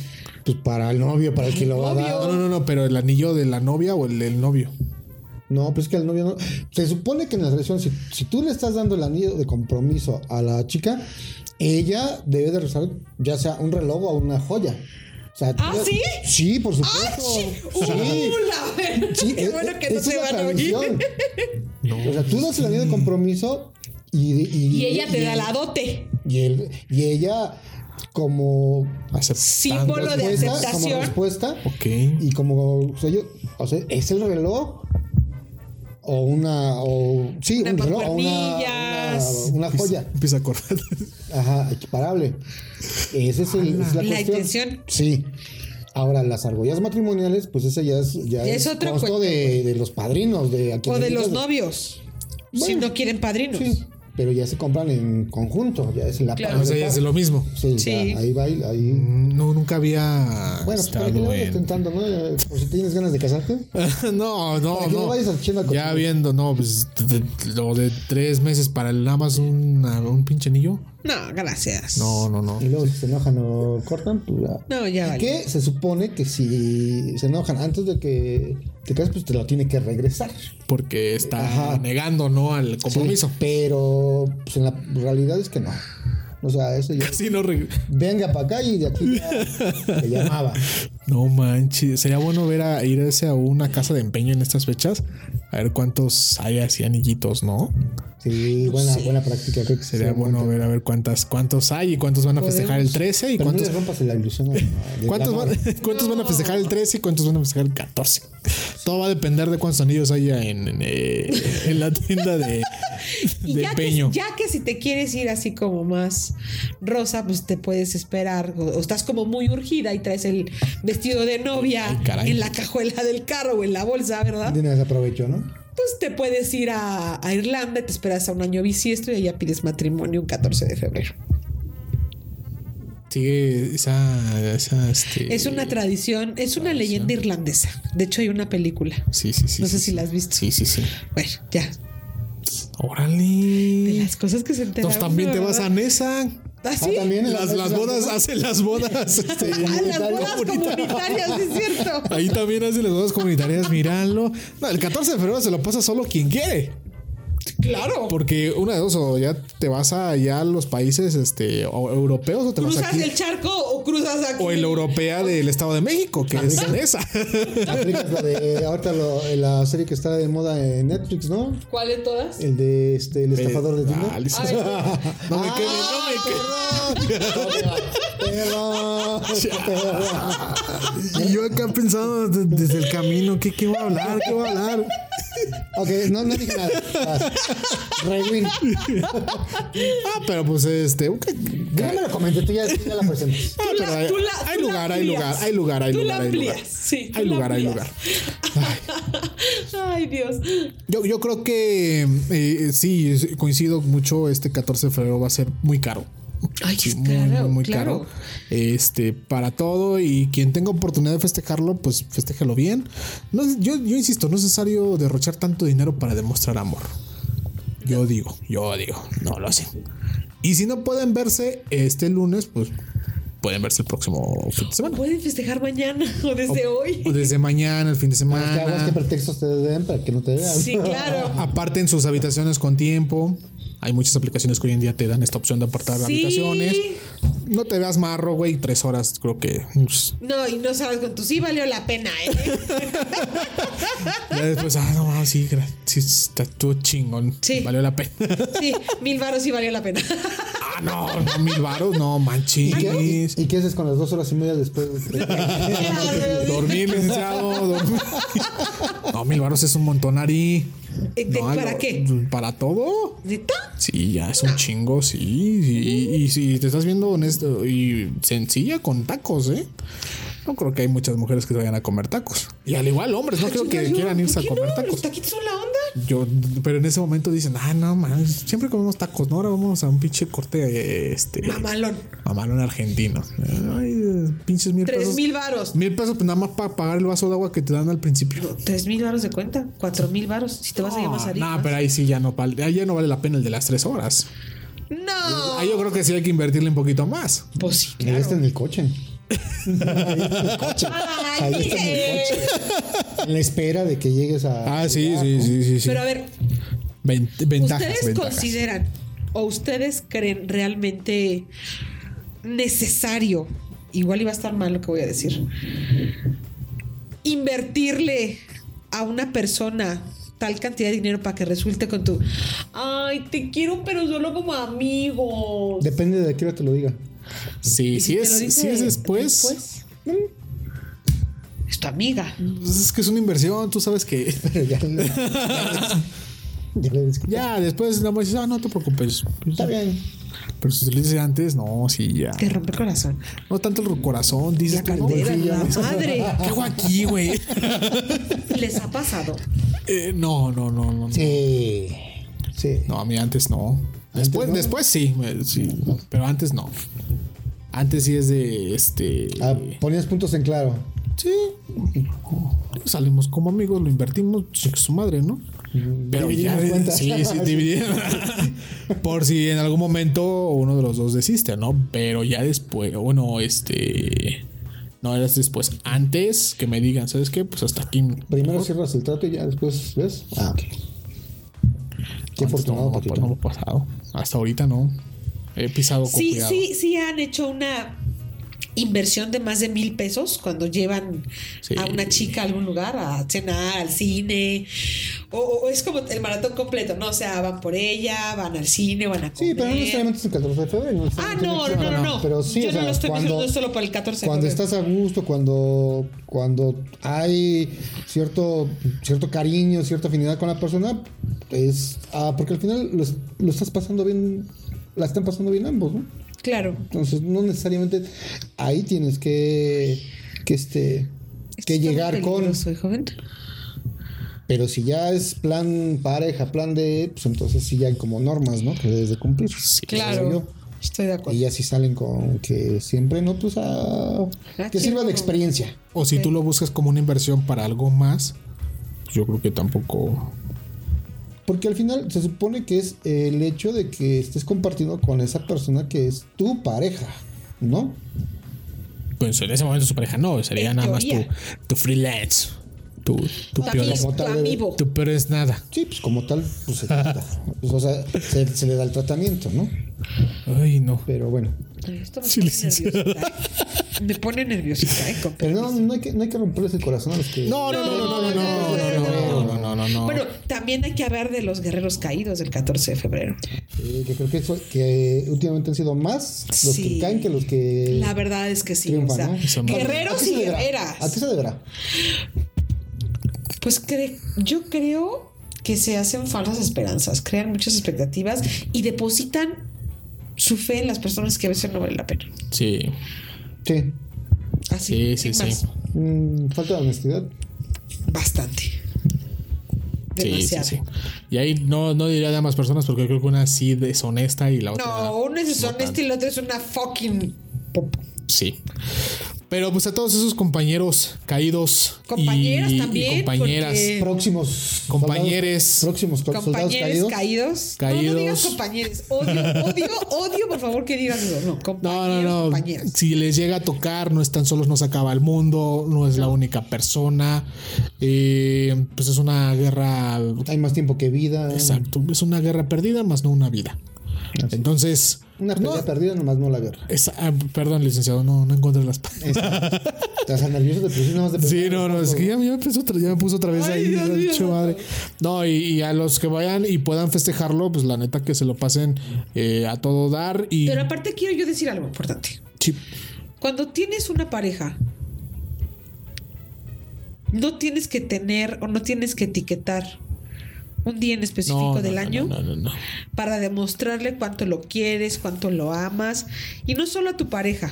Pues para el novio, para el que lo va a No, dar. no, no, no, pero el anillo de la novia o el del novio. No, pues es que el novio no. Se supone que en la relación, si, si tú le estás dando el anillo de compromiso a la chica, ella debe de rezar ya sea un reloj o una joya. O sea, ¿Ah, tú- sí? Sí, por supuesto. ¡Ah, sí! Sí. ¡Uh, la ver- Sí, Qué es- bueno que esa no es se la van a oír. tradición. O sea, tú das el anillo de compromiso y, Y ella te da el- la dote. Y, el- y ella, como Aceptando. Símbolo de- respuesta, como aceptación. respuesta, Ok. y como sello, o sea, es el reloj o una, o sí, Una un reloj o una, mancuernillas. una, una joya, Empieza a acordar. ajá, equiparable. Ese es, el, es la, La cuestión. intención. Sí. Ahora, las argollas matrimoniales, pues esa ya es, ya Ya es otra costo cuestión. de, de los padrinos. De a quien O de le los digas- novios. Si Bueno, no quieren padrinos. Sí, pero ya se compran en conjunto, ya es la Claro. par O sea, de ya par. es de lo mismo. Sí, Sí. ya, ahí va, ahí. Mm, No, nunca había Bueno, pues para estado que le vayas en. tentando, ¿no? Eh, Por si tienes ganas de casarte. no, no, Para que no vayas al chino a no. Ya comprar. viendo, no, pues de- de- lo de tres meses para nada más una- un pinche anillo. No, gracias. No, no, no. Y luego si se enojan o cortan, pues ya. No, ya vale. Que se supone que si se enojan antes de que te cases, pues te lo tiene que regresar. Porque está Ajá. negando, ¿no? Al compromiso. Sí, pero pues, en la realidad es que no. O sea, eso ya. Casi no. reg- Venga para acá y de aquí ya te llamaba. No manches. Sería bueno ver a irse a una casa de empeño en estas fechas. A ver cuántos hay así anillitos, ¿no? Sí, buena, buena práctica. Creo que Sería sí, bueno ver a ver cuántas, cuántos hay y cuántos van a festejar el 13 y Pero no cuántos. les rompas la ilusión. a- a- de ¿Cuántos la van, madre. cuántos van a festejar el 13 y cuántos van a festejar el 14? Todo va a depender de cuántos anillos haya en, en, eh, en la tienda de, Y de ya que, empeño. ya que si te quieres ir así como más rosa, pues te puedes esperar. O, o estás como muy urgida y traes el vestido de novia Ay, caray. en la cajuela del carro o en la bolsa, ¿verdad? De una vez aprovecho, ¿no? Pues te puedes ir a, a Irlanda, y te esperas a un año bisiesto y allá pides matrimonio un 14 de febrero. Sigue esa. esa, este, Es una tradición, es una leyenda irlandesa. De hecho, hay una película. Sí, sí, sí. No sí, sé sí. si la has visto. Sí, sí, sí. Bueno, ya. De Órale. las cosas que se enteran. Entonces también te vas a Nesa. ¿Ah, Ah, sí? también en la- Las, las bodas, hacen las bodas. este, Ah, las comunitario. bodas comunitarias, sí es cierto. Ahí también hacen las bodas comunitarias, míralo. No, el 14 de febrero se lo pasa solo quien quiere. Claro. Porque una de dos, o ya te vas allá a los países este, o- europeos o te vas ¿Cruzas aquí. el charco o cruzas aquí? O el europea del Estado de México, que es esa. Aplicas la de ahorita lo- la serie que está de moda en Netflix, ¿no? ¿Cuál de todas? El de este, el estafador de Tinder. Ah, listo. No me quemes, no me quemes. Perdón. Y yo acá pensando de- desde el camino, ¿qué, ¿qué voy a hablar? ¿Qué voy a hablar? Ok, no, no dije nada. Vas. Rewind. Ah, pero pues este. ok. Yo no me lo comenté, tú ya, ya la presentes. Ah, pero hay, tú la- hay tú la lugar, hay amplías. lugar, hay lugar, hay Tú la lugar, hay lugar. amplías, sí, tú hay la lugar, hay lugar. amplías. Ay, Dios. Yo, yo creo que eh, sí, coincido mucho. Este 14 de febrero va a ser muy caro. Ay, Sí, es muy, caro, muy, muy claro. caro. Este, para todo y quien tenga oportunidad de festejarlo, pues festéjalo bien. No, es- yo, yo insisto, no es necesario derrochar tanto dinero para demostrar amor. Yo digo, yo digo, no lo hacen. Y si no pueden verse este lunes, pues pueden verse el próximo fin de semana. Pueden festejar mañana o desde O hoy. desde mañana, el fin de Para que hagas semana. qué pretextos te den para que no te vean. Sí, claro. Aparten sus habitaciones con tiempo. Hay muchas aplicaciones que hoy en día te dan esta opción de apartar Sí. habitaciones. No te veas marro, güey. Tres horas, creo que. ups, No, y no sabes con tu sí valió la pena, ¿eh? Ya después, ah, no, ah, sí, gra- sí, está todo chingón. Sí. Valió la pena. Sí, mil varos sí valió la pena. Ah, no, no, mil varos, no ¿Y manches. qué, y qué haces con las dos horas y media después? Dormir, licenciado. dormir. No, mil varos es un montón, Ari. Eh, ¿de- No, ¿Para algo- qué? ¿Para todo? ¿Neta? Sí, ya es un chingo, sí. sí, y si te estás viendo honesto y sencilla con tacos, ¿eh? No creo que hay muchas mujeres que se vayan a comer tacos. Y al igual hombres, no creo Chinga, que yo- quieran irse a ¿por qué comer no? Los tacos. taquitos son la onda. Yo, pero en ese momento dicen, ah, no, man, siempre comemos tacos, ¿no? Ahora vamos a un pinche corte, este... Mamalón. Mamalón argentino. Ay, eh, pinches mil Tres pesos. mil varos. Mil pesos, pues nada más para pagar el vaso de agua que te dan al principio. Tres mil varos de cuenta. Cuatro mil varos. Si te vas a llamar No, a Sarita. no, pero ahí sí ya no, vale- ahí ya no vale la pena el de las tres horas. No. Ahí yo creo este que sí hay que invertirle un poquito más. Pues sí, Ahí está claro. en el coche. Ay, Ahí está en el dije. En la espera de que llegues a. Ah, sí, sí, sí, sí, sí. Pero a ver, Ven- ventajas, ¿Ustedes ventajas. consideran o ustedes creen realmente necesario, igual iba a estar mal lo que voy a decir, invertirle a una persona tal cantidad de dinero para que resulte con tu, ay, te quiero pero solo como amigo? Depende de qué hora te lo diga. Sí, ¿Y si, te es, lo dice si es después, mm, Es tu amiga. pues es que es una inversión, tú sabes que Pero ya. Ya, ya le disculpo. ya después nada más dices, ah, no te preocupes. Pues, Está bien. Pero si te lo dices antes, no, sí, ya. Te rompe el corazón. No tanto el corazón, dices La tú, no, cartera, sí, ya. la madre. ¿Qué hago aquí, güey? Les ha pasado. Eh, no, no, no, no. no. Sí. Sí. No, a mí antes no. Después, no? después sí, eh, sí, pero antes no. Antes sí es de este. Ah, ponías puntos en claro. Sí. Salimos como amigos, lo invertimos, chica su madre, ¿no? Pero ya Dividimos Mm, cuentas. sí, sí, dividí. Por si en algún momento uno de los dos desiste, ¿no? Pero ya después, bueno, este. No, eras después. Antes que me digan, ¿sabes qué? Pues hasta aquí. Primero cierras el trato y ya después, ¿ves? Ah. Qué Antes no, afortunado, no, Paquito. no me ha pasado. Hasta ahorita no. He pisado con Sí, cuidado. sí, sí han hecho una inversión de más de mil pesos cuando llevan Sí. a una chica a algún lugar, a cenar, al cine, o, o es como el maratón completo, ¿no? O sea, van por ella, van al cine, van a comer. Sí, pero no necesariamente es el 14 de febrero. no Eh. Ah, necesariamente no, es no, el no, no. Pero sí, o Yo no sea, lo estoy cuando, mencionando solo por el 14 de cuando febrero. estás a gusto, cuando, cuando hay cierto, cierto cariño, cierta afinidad con la persona, es. ah, porque al final lo, es- lo estás pasando bien. La están pasando bien ambos, ¿no? Claro. Entonces, no necesariamente ahí tienes que. que este. que Está muy llegar con. peligroso, ¿eh, hijo, ven. Pero si ya es plan pareja, plan de. Pues entonces sí ya hay como normas, ¿no? Que debes de cumplir. creo Claro. yo. Estoy de acuerdo. Y ya si salen con que siempre no, pues ah, que sirva de experiencia. O si tú lo buscas como una inversión para algo más, yo creo que tampoco. Porque al final se supone que es el hecho de que estés compartiendo con esa persona que es tu pareja, ¿no? Pues en ese momento su pareja no, sería En nada más tu, teoría. tu freelance. Tu, tu Tu peor amigo, es, como tu tal, amigo. tu peor es nada. Sí, pues como tal, pues, se trata. Pues, o sea, se, se le da el tratamiento, ¿no? Ay, no. Pero bueno. Ay, Esto me Sí, pone licenciado. nerviosita. ¿eh? Me pone nerviosita, ¿eh? con Pero no, no hay que, no hay que romperles el corazón a los que. No, no, no, no, no, no, no, no, no, no, no, no. Bueno, también hay que hablar de los guerreros caídos del 14 de febrero. Eh, que creo que, eso- que eh, últimamente han sido más los Sí. que caen que los que. La verdad es que sí. triunfan, o sea, ¿no? Son- ¿A guerreros qué y se deberá? ¿A guerreras. qué se deberá? Pues cre- yo creo que se hacen falsas esperanzas, crean muchas expectativas y depositan su fe en las personas que a veces no vale la pena. Sí, Sí. Así, Sí, sí, sin sí. más. Mm, falta de honestidad. Bastante. sí, sí, Demasiado. sí. Y ahí no, no diría de más personas porque creo que una sí deshonesta y la otra. No, uno es deshonesto tanto. y el otro es una fucking pop. Sí. Pero pues a todos esos compañeros caídos. y- Compañeras y también, compañeras. porque- Próximos. Compañeres. soldados- próximos co- soldados Compañeros caídos. caídos. No, no Caídos. digas compañeros. Odio, odio, odio, por favor, que digas eso. No, No, no, no. compañeros, compañeras. Si les llega a tocar, no están solos, no se acaba el mundo, no es la única persona. Eh, pues es una guerra. Hay más tiempo que vida. Exacto. Es una guerra perdida, más no una vida. Entonces. Una pelea no- perdida nomás no la guerra. esa- ah, perdón, licenciado, no, no encuentro las palabras. Estás nervioso de presión nomás de Sí, pensar. no, no, es que ya, ya me puso otra- ya me puso otra vez Ay, ahí. Dios la mío, dicho no. madre. No, y, y a los que vayan y puedan festejarlo, pues la neta que se lo pasen eh, a todo dar. Y Pero aparte quiero yo decir algo importante. Sí, Cuando tienes una pareja, no tienes que tener o no tienes que etiquetar un día en específico no, del no, año No, no, no. no. para demostrarle cuánto lo quieres, cuánto lo amas, y no solo a tu pareja.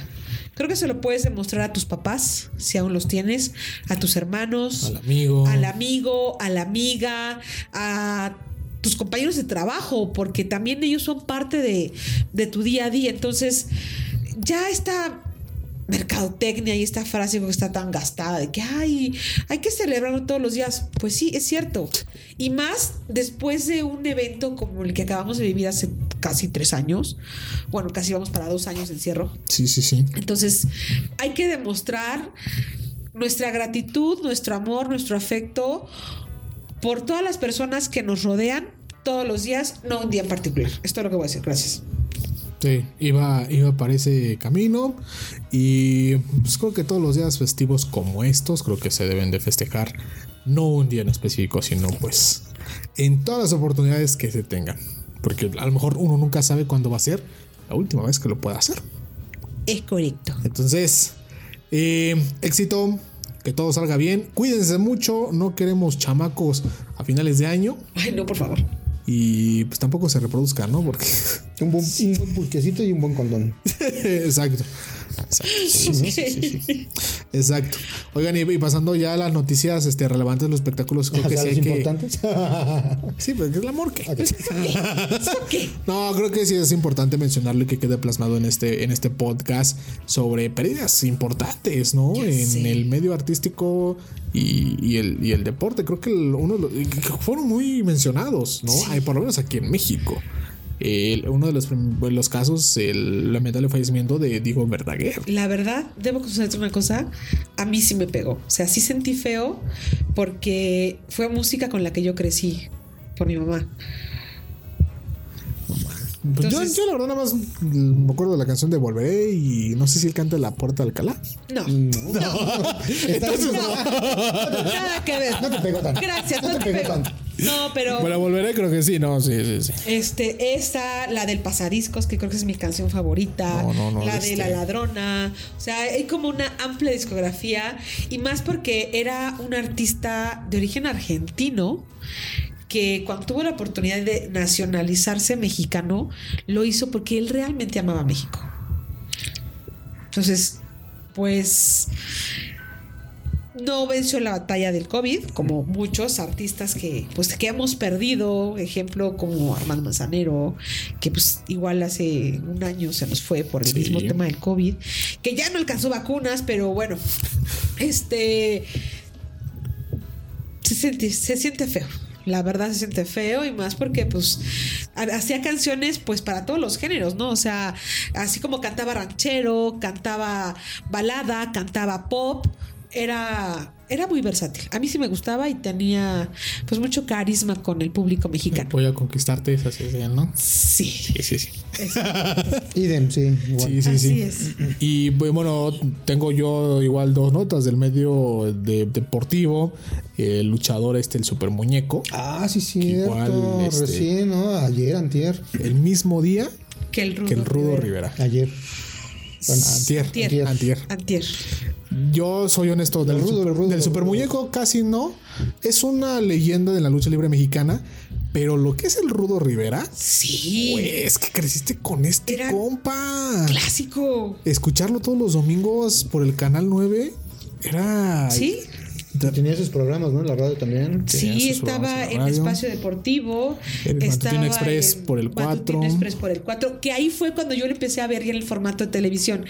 Creo que se lo puedes demostrar a tus papás, si aún los tienes, a tus hermanos, Al amigo. al amigo, a la amiga, a tus compañeros de trabajo, porque también ellos son parte de, de tu día a día. Entonces, ya esta mercadotecnia y esta frase que está tan gastada de que ay, hay que celebrarlo todos los días. Pues sí, es cierto. Y más después de un evento como el que acabamos de vivir hace casi tres años. Bueno, casi vamos para dos años de encierro. Sí, sí, sí. Entonces, hay que demostrar nuestra gratitud, nuestro amor, nuestro afecto por todas las personas que nos rodean todos los días, no un día en particular. Esto es lo que voy a decir. Gracias. Sí, iba, iba para ese camino y pues, creo que todos los días festivos como estos creo que se deben de festejar, no un día en específico, sino pues en todas las oportunidades que se tengan, porque a lo mejor uno nunca sabe cuándo va a ser la última vez que lo pueda hacer. Es correcto. Entonces, eh, éxito, que todo salga bien, cuídense mucho, no queremos chamacos a finales de año Ay, no, por favor. y pues tampoco se reproduzcan, ¿no? Porque... Un buen, un buen pulquecito y un buen condón. Exacto. Exacto. sí, sí, sí, sí, sí. Exacto. Oigan, y, y pasando ya a las noticias este, relevantes de los espectáculos, creo O que sea, sí los hay que. importantes. Pero Sí, pero es la morque. ¿Eso qué? No, creo que sí es importante mencionarlo y que quede plasmado en este, en este podcast sobre pérdidas importantes, ¿no? Ya en sé. el medio artístico y, y el, y el deporte. Creo que el- uno de los- que fueron muy mencionados, ¿no? Ay, por lo menos aquí en México. El- uno de los, prim- de los casos, el lamentable fallecimiento de Diego Verdaguer. La verdad, debo confesarte una cosa, a mí sí me pegó. O sea, sí sentí feo porque fue música con la que yo crecí, por mi mamá. Pues Entonces- yo, yo la verdad nada más mm, me acuerdo de la canción de Volveré y no sé si él canta La Puerta de Alcalá. No, Mm. Entonces, nada que ver. No te pegó tanto. Gracias, No no te te pegó pegó. tanto. No, pero... Para Volveré creo que sí, no, sí, sí, sí. Este, esta, la del pasadiscos, que creo que es mi canción favorita. No, no, no, la este- de La Ladrona. O sea, hay como una amplia discografía. Y más porque era un artista de origen argentino que cuando tuvo la oportunidad de nacionalizarse mexicano, lo hizo porque él realmente amaba a México. Entonces, pues no venció la batalla del COVID, como muchos artistas que, pues, que hemos perdido, ejemplo como Armando Manzanero, que pues igual hace un año se nos fue por el Sí. mismo tema del COVID, que ya no alcanzó vacunas, pero bueno, este se siente, se siente feo. La verdad se siente feo y más porque pues ha- hacía canciones pues para todos los géneros, ¿no? O sea, así como cantaba ranchero, cantaba balada, cantaba pop, era era muy versátil. A mí sí me gustaba y tenía pues mucho carisma con el público mexicano. Voy a conquistarte, es así, ¿no? Sí. Sí, sí, sí. Idem, sí. Igual. Sí, sí, Así sí. es. Y pues, bueno, tengo yo igual dos notas del medio de- deportivo. El luchador este, el super muñeco. Ah, sí, cierto. Igual, este- Recién, ¿no? Ayer, antier. El mismo día Que el rudo, que el Rudo Rivera. Rivera. Ayer. Antier. Antier. Antier. Antier. Yo soy honesto, del, rudo, super, del rudo, del del super rudo. muñeco casi no. Es una leyenda de la lucha libre mexicana, pero lo que es el rudo Rivera, Sí. pues, es que creciste con este Era- compa. Clásico. Escucharlo todos los domingos por el canal 9 era. Sí. Y Tenía sus programas, ¿no? En La radio también. Tenían Sí, sus estaba programas en en la radio. Espacio Deportivo. El estaba Matutino Express en por el Matutino 4. Express por el 4. Que ahí fue cuando yo lo empecé a ver ya en el formato de televisión.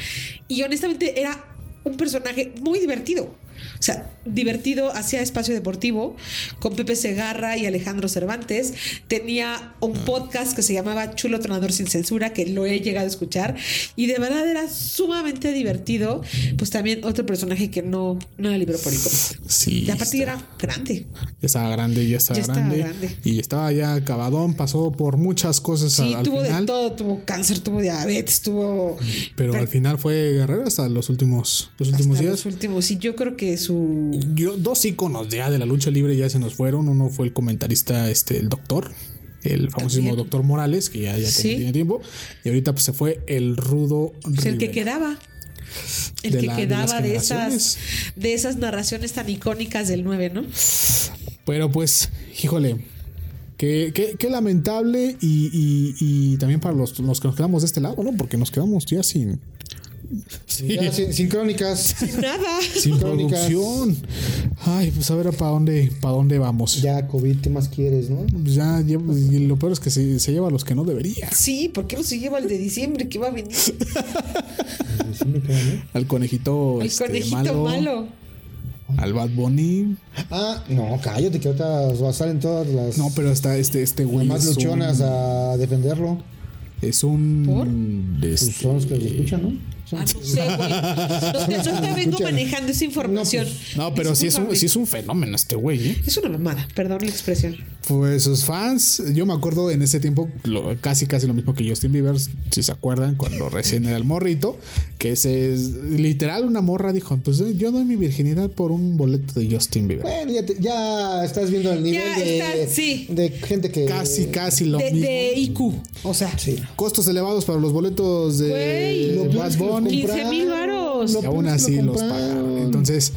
Y honestamente era un personaje muy divertido. O sea, divertido, hacía espacio deportivo con Pepe Segarra y Alejandro Cervantes. Tenía un Ah. podcast que se llamaba Chulo Tronador Sin Censura, que lo he llegado a escuchar. Y de verdad era sumamente divertido. Pues también otro personaje que no, no era libro por el cómic. Sí. La partida está- era grande. Ya estaba grande, ya estaba, Ya estaba grande, grande. Y estaba ya acabadón, pasó por muchas cosas Sí, al, al tuvo final. de todo, tuvo cáncer, tuvo diabetes, tuvo Pero al final fue guerrero hasta los últimos, los últimos hasta días. los últimos. Y yo creo que su Yo, dos íconos ya de la lucha libre ya se nos fueron. Uno fue el comentarista, este, el doctor, el famosísimo También. doctor Morales, que ya, ya Sí. tiene tiempo. Y ahorita pues, se fue el rudo pues, el que Rivera. quedaba. El De que la- de las quedaba de, esas generaciones. de esas narraciones tan icónicas del 9, ¿no? Pero pues, híjole, qué, qué- qué lamentable y, y- y también para los, los que nos quedamos de este lado, ¿no? Porque nos quedamos ya sin... Ya, sin, sin crónicas. Nada. Sin Crónicas. producción. Ay, pues a ver para dónde, para dónde vamos. Ya, Ya, COVID, ¿qué más quieres, no? llevo- y lo peor es que se, se lleva a los que no debería. Sí, ¿por qué no se lleva el de diciembre que va a venir? Diciembre, claro, ¿no? Al conejito, El este, conejito malo, malo. Al Bad Bunny. Ah, no, cállate, que ahorita va a salen todas las No, pero está este, este güey. más es un- luchonas a defenderlo. Es un. Pues este, son los que los escuchan, ¿no? Son- Ah, no sé, güey. No te, no te vengo manejando esa información. pues, no, pero sí es, un, Discúlpame. sí es un fenómeno este güey, ¿eh? Es una mamada, perdón la expresión. Pues sus fans, yo me acuerdo en ese tiempo lo- casi casi lo mismo que Justin Bieber, si se acuerdan, cuando recién era el morrito, que se literal una morra dijo, pues eh, yo doy mi virginidad por un boleto de Justin Bieber. Bueno, ya, te- ya estás viendo el nivel Ya de, estás, sí. de gente que. Casi casi lo De, mismo. de IQ. O sea, Sí. Costos elevados para los boletos Güey. de Lo peor Bad es que los Bunny. compraron, 15,000 varos. lo Y peor aún es que así los compraron. pagaron. Entonces,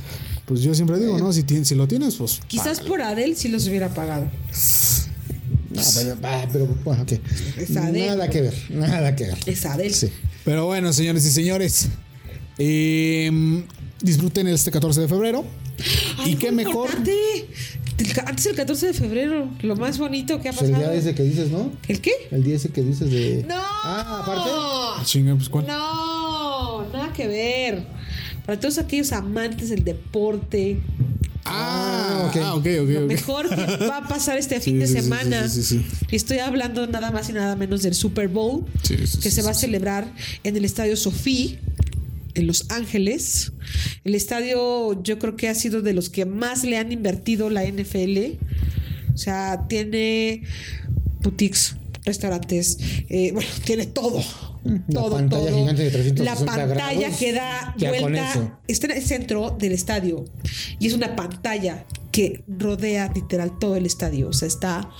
pues yo siempre digo, ¿no? Si, tien- si lo tienes, pues... Eh, quizás págalo. por Adel sí los hubiera pagado. No, pero, ah, pero, bueno, ok. Está de- Nada que ver, nada que ver. Es Adel. Sí. Pero bueno, señores y señores, eh, disfruten este 14 de febrero. Ay, y qué algo mejor. importante. El ca- Antes el 14 de febrero, lo más bonito que ha Pues el día pasado. ese que dices, ¿no? ¿El qué? El día ese que dices de. No. Ah, aparte. Ah, chinga, pues, ¿cuál? No, nada que ver. Para todos aquellos amantes del deporte, Ah, Ah, ok, ok. ah, ok, ok. lo ok. mejor que va a pasar este Sí, fin de sí, sí, semana. sí, sí, sí. Y estoy hablando nada más y nada menos del Super Bowl, Sí, sí, que sí, se va a sí. celebrar en el Estadio Sofí, en Los Ángeles. El estadio yo creo que ha sido de los que más le han invertido la NFL. O sea, tiene boutiques, restaurantes, eh, bueno, tiene todo. La todo, pantalla todo. gigante de 360 La pantalla grados. que da Ya con eso. vuelta está en el centro del estadio y es una pantalla que rodea literal todo el estadio. O sea, está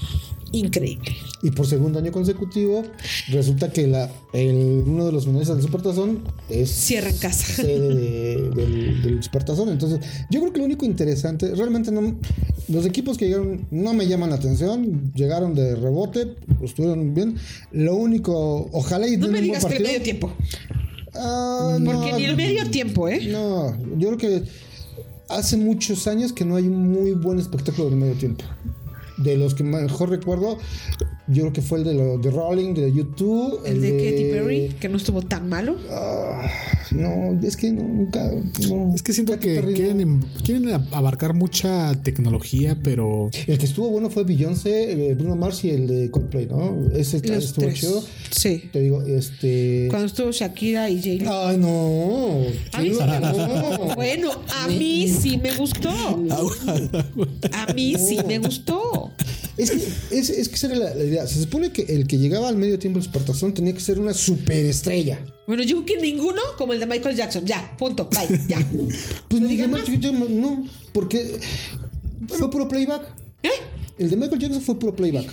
increíble. Y por segundo año consecutivo, resulta que la, el, uno de los finalistas del Supertazón es Cierra en casa. sede de- del, del Supertazón. Entonces, yo creo que lo único interesante, realmente no, los equipos que llegaron no me llaman la atención, llegaron de rebote, estuvieron bien. Lo único, ojalá y No den me un digas que buen el medio partido. tiempo. Ah, Porque no, ni el medio tiempo, ¿eh? No, yo creo que hace muchos años que no hay un muy buen espectáculo del medio tiempo. De los que mejor recuerdo, yo creo que fue el de, lo- de Rolling, de YouTube. El de Katy Perry, que no estuvo tan malo. Ah, no, es que no, nunca. no. Es que siento Katy que Perry no. quieren, em- quieren ab- abarcar mucha tecnología, pero El que estuvo bueno fue Beyoncé, eh, Bruno Mars y el de Coldplay, ¿no? Ese t- Los estuvo tres. chido. Sí. Te digo, este. Cuando estuvo Shakira y Jay Ay, no. A mí sí Chilo, me no. Bueno, a mí sí me gustó. A mí sí me gustó. Es que, es, es que esa era la, la idea. Se supone que el que llegaba al medio tiempo del Supertazón tenía que ser una superestrella. Bueno, yo creo que ninguno como el de Michael Jackson. Ya, punto. Bye, ya. Pues ni más chiquito, no, porque fue puro playback. ¿Eh? El de Michael Jackson fue puro playback.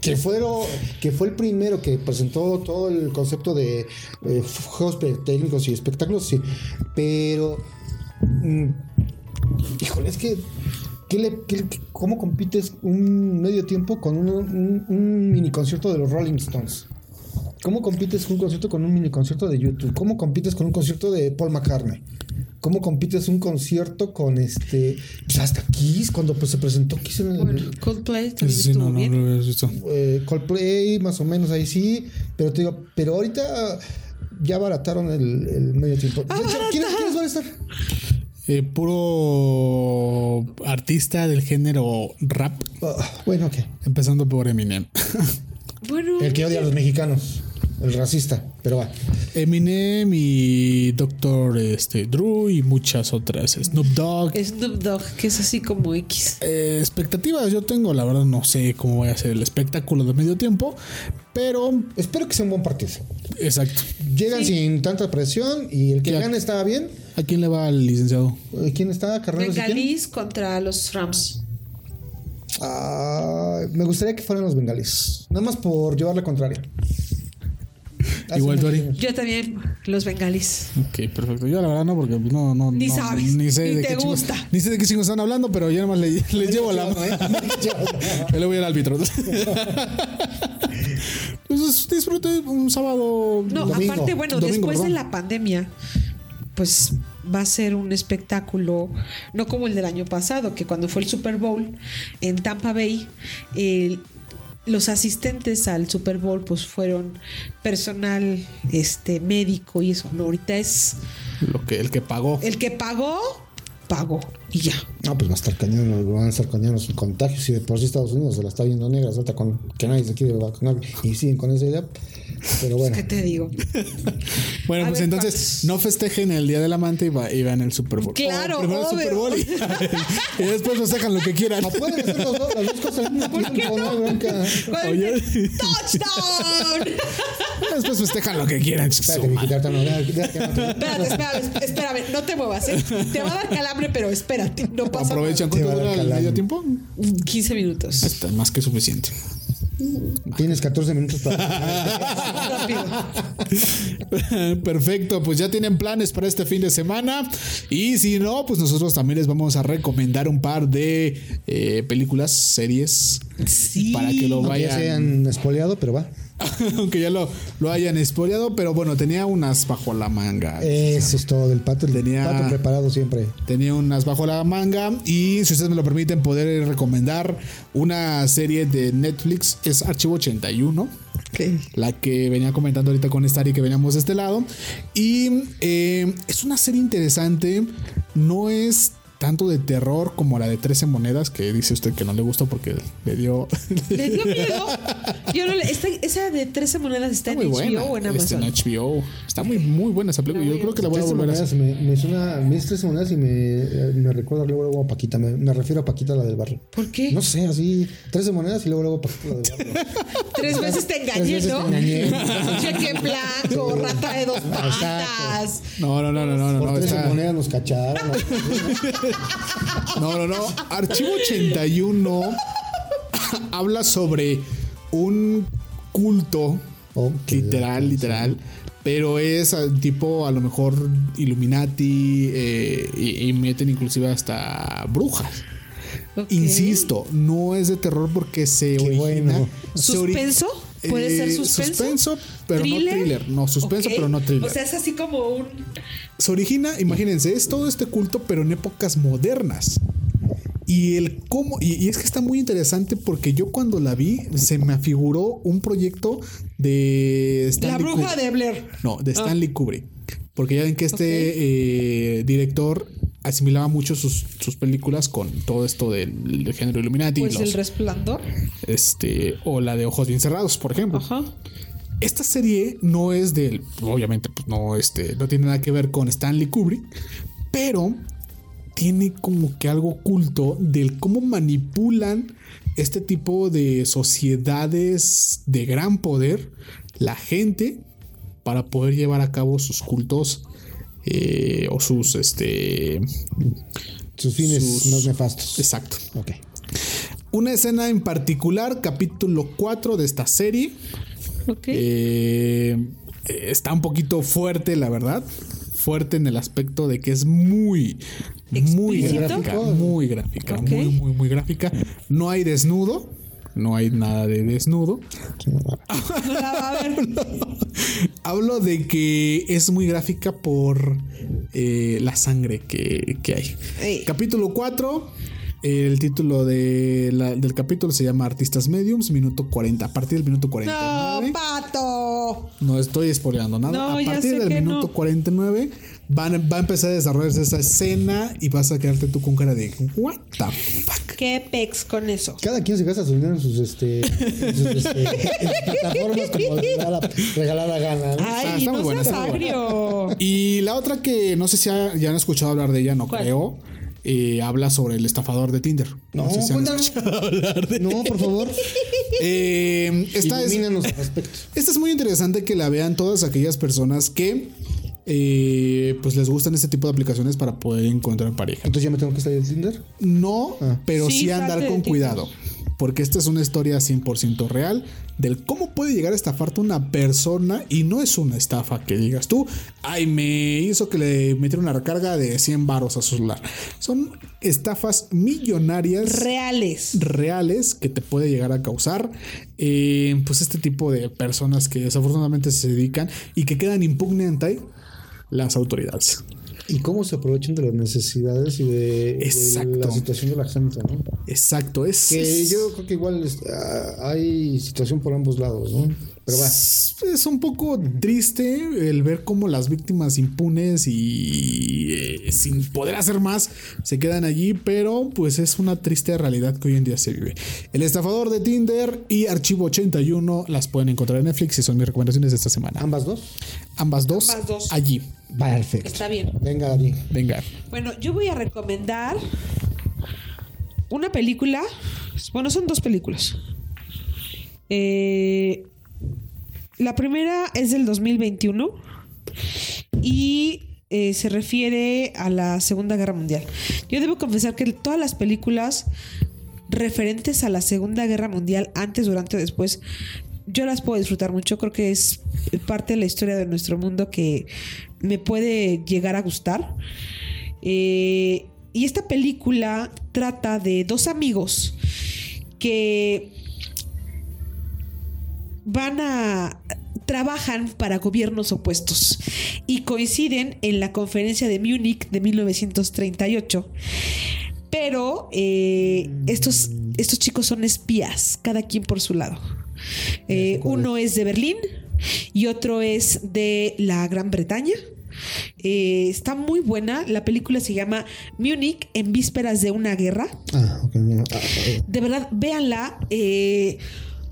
Que, fueron, que fue el primero que presentó todo el concepto de eh, juegos técnicos y espectáculos, sí. Pero. mm, híjole, es que. ¿qué le- qué le- ¿Cómo compites un medio tiempo con un, un- un mini concierto de los Rolling Stones? ¿Cómo compites un concierto con un mini concierto de YouTube? ¿Cómo compites con un concierto de Paul McCartney? ¿Cómo compites un concierto con este. Pues hasta Kiss, cuando pues, se presentó Kiss en el. Bueno, Coldplay también Ese sí, estuvo no, no, bien. no lo habías visto. eh, Coldplay, más o menos ahí sí. Pero te digo, pero ahorita ya barataron el, el medio tiempo. ¿Quién, quién es va a estar? eh, puro artista del género rap, Ah, bueno, ok. empezando por Eminem. Bueno, El que odia a los mexicanos. El racista. Pero va. Eminem y Doctor este, Drew y muchas otras. Snoop Dogg. Snoop Dogg, que es así como X. Eh, expectativas yo tengo, la verdad no sé cómo vaya a ser el espectáculo de medio tiempo, pero Espero que sea un buen partido. exacto. Llegan sin tanta presión y el que Ya. gane está bien. ¿A quién le va el licenciado? Eh, ¿Quién está? ¿Carreras de quién? Bengalis contra los Rams. Ah, me gustaría que fueran los bengalíes. Nada más por llevar la contraria. Hace Igual, muchos Tori. años. Yo también, los bengalis. Ok, perfecto. Yo la verdad no, porque pues, no, no. Ni no, sabes, ni te chingos- gusta. ¿eh? ni sé de qué chingos están hablando, pero yo nomás le, le llevo la ¿eh? mano. Yo le voy al árbitro. Entonces disfrute un sábado. No, Domingo, aparte, bueno, domingo, después perdón. de la pandemia, pues va a ser un espectáculo, no como el del año pasado, que cuando fue el Super Bowl en Tampa Bay, el- los asistentes al Super Bowl pues fueron personal este médico y eso. No, ahorita es Lo que, el que pagó. el que pagó, pagó y ya. No, pues va a estar cañón, van a estar cañón los contagios. Y de por sí Estados Unidos se la está viendo negra, ahorita con que nadie se quiere vacunar. Y siguen con esa idea. Pero bueno, ¿Qué te digo? Bueno, A pues ver, entonces ¿cuántos? no festejen el Día del Amante y, va, y vean el Super Bowl. Claro, O primero el obvio. Super Bowl y, y después festejan lo que quieran. no pueden hacer los dos, las dos cosas al mismo tiempo, no hay bronca. Oye. ¡Touchdown! Después festejan lo que quieran. Espérate, mi guitarra, no, ya- ya que no te- Espérate, espérame, espérame, no te muevas, ¿eh? Te va a dar calambre, pero espérate, no pasa nada. Aprovechan Te cuánto va a dar dura el calambre. medio tiempo. 15 minutos. Está más que suficiente. Tienes 14 minutos para. Rápido. Perfecto, pues ya tienen planes para este fin de semana. Y si no, pues nosotros también les vamos a recomendar un par de eh, películas, series, Sí. para que lo Ya se vayan. han espoleado, pero va. Aunque ya lo, lo hayan espoleado, pero bueno, tenía unas bajo la manga. Eso es todo, el pato, el Tenía- pato preparado siempre. Tenía unas bajo la manga. Y si ustedes me lo permiten, poder recomendar una serie de Netflix. Es Archivo 81. La que venía comentando ahorita con Starry que veníamos de este lado. Y eh, es una serie interesante. No es tanto de terror como la de 13 monedas, que dice usted que no le gustó porque le dio. ¿Le dio miedo? Yo no le- esta- esa de 13 monedas está, Está en muy HBO buena. este o en Está en Amazon. HBO. Está muy, muy buena esa película. Yo creo que la voy a Tres volver a hacer. monedas me, me suena, me es tres monedas y me, eh, me recuerda luego, luego a Paquita. Me, me refiero a Paquita, la del barrio. ¿Por qué? No sé, así, tres monedas y luego, luego a Paquita, la del barrio. Tres veces te engañé, veces ¿no? te engañé. Cheque blanco, rata de dos patas. Exacto. No, no, no, no, no. Por no, tres está- monedas nos cacharon. No, no, no. Archivo 81 habla sobre un culto, Ok. literal, literal, pero es al tipo a lo mejor Illuminati eh, y, y meten inclusive hasta brujas. Ok. Insisto, no es de terror porque se Qué origina... bueno. se ori- Eh, ¿Suspenso? ¿Puede ser suspenso? Suspenso, pero no thriller. No, suspenso, Ok. pero no thriller. O sea, es así como un. Se origina, imagínense, es todo este culto, pero en épocas modernas. Y el cómo, y, y es que está muy interesante porque yo cuando la vi se me afiguró un proyecto de La Stanley bruja Kubrick. de Ah. Blair. No, de Stanley Kubrick. Porque ya ven que este eh, director asimilaba mucho sus, sus películas con todo esto del, del género Illuminati. Pues los- el resplandor. este, o la de Ojos Bien Cerrados, por ejemplo. Ajá. Esta serie no es del. Obviamente, pues no, este, no tiene nada que ver con Stanley Kubrick, pero tiene como que algo oculto del cómo manipulan este tipo de sociedades de gran poder, la gente, para poder llevar a cabo sus cultos eh, o sus. Este, Sus fines Sus- más nefastos. exacto. Ok. Una escena en particular, capítulo 4 de esta serie. Ok. Eh, está un poquito fuerte, la verdad. Fuerte en el aspecto de que es muy, muy ¿Explícito? gráfica. Muy gráfica. Ok. Muy, muy, muy gráfica. No hay desnudo. No hay nada de desnudo. No la va a ver. Hablo de que es muy gráfica por eh, la sangre que, que hay. Ey. Capítulo 4. El título de la- del capítulo se llama Artistas Mediums, minuto 40. A partir del minuto 49. No, pato. No estoy spoileando nada. No, a ya partir sé del que minuto no. 49 van, va a empezar a desarrollarse esa escena y vas a quedarte tú con cara de what the fuck. ¿Qué pex con eso? Cada quien se gasta su dinero en sus, este, en sus este, en sus plataformas como le da la regalada gana. ¿no? está Ay, muy no buena, seas está muy buena. agrio. Y la otra que no sé si ha- ya han escuchado hablar de ella, no ¿Cuál? creo. eh, habla sobre el estafador de Tinder. No, sé si han cuéntanos. escuchado hablar de- No, por favor, Eh, esta es ilumínanos al respecto. Esta es muy interesante que la vean todas aquellas personas que eh, pues les gustan este tipo de aplicaciones para poder encontrar pareja. Entonces ya me tengo que salir del Tinder. No, Ah. pero sí, Sí, andar salte con de ti. cuidado. Porque esta es una historia 100% real del cómo puede llegar a estafarte una persona y no es una estafa que digas tú, ay, me hizo que le metiera una recarga de 100 varos a su celular. Son estafas millonarias Reales. reales que te puede llegar a causar eh, pues este tipo de personas que desafortunadamente se dedican y que quedan impugnes ante las autoridades. Y cómo se aprovechan de las necesidades y de, de Exacto. la situación de la gente, ¿no? Exacto, es... Que es- yo creo que igual es- ah, hay situación por ambos lados, ¿no? Pero va. es es un poco triste el ver cómo las víctimas impunes y eh, sin poder hacer más se quedan allí, pero pues es una triste realidad que hoy en día se vive. El estafador de Tinder y Archivo 81 las pueden encontrar en Netflix y son mis recomendaciones de esta semana. Ambas dos. Ambas dos, Ambas dos. allí. Perfecto. Está bien. Venga, Dani. Venga. Bueno, yo voy a recomendar una película. Bueno, son dos películas. Eh, la primera es del 2021 y eh, se refiere a la Segunda Guerra Mundial. Yo debo confesar que todas las películas referentes a la Segunda Guerra Mundial, antes, durante o después, yo las puedo disfrutar mucho. Creo que es parte de la historia de nuestro mundo que me puede llegar a gustar. Eh, y esta película trata de dos amigos que van a trabajan para gobiernos opuestos y coinciden en la conferencia de Múnich de 1938. Pero eh, estos, estos chicos son espías, cada quien por su lado. Eh, sé cuál uno es de Berlín y otro es de la Gran Bretaña. Eh, está muy buena. La película se llama Múnich en vísperas de una guerra. Ah, ok. no, ah, ah, De verdad, véanla. eh,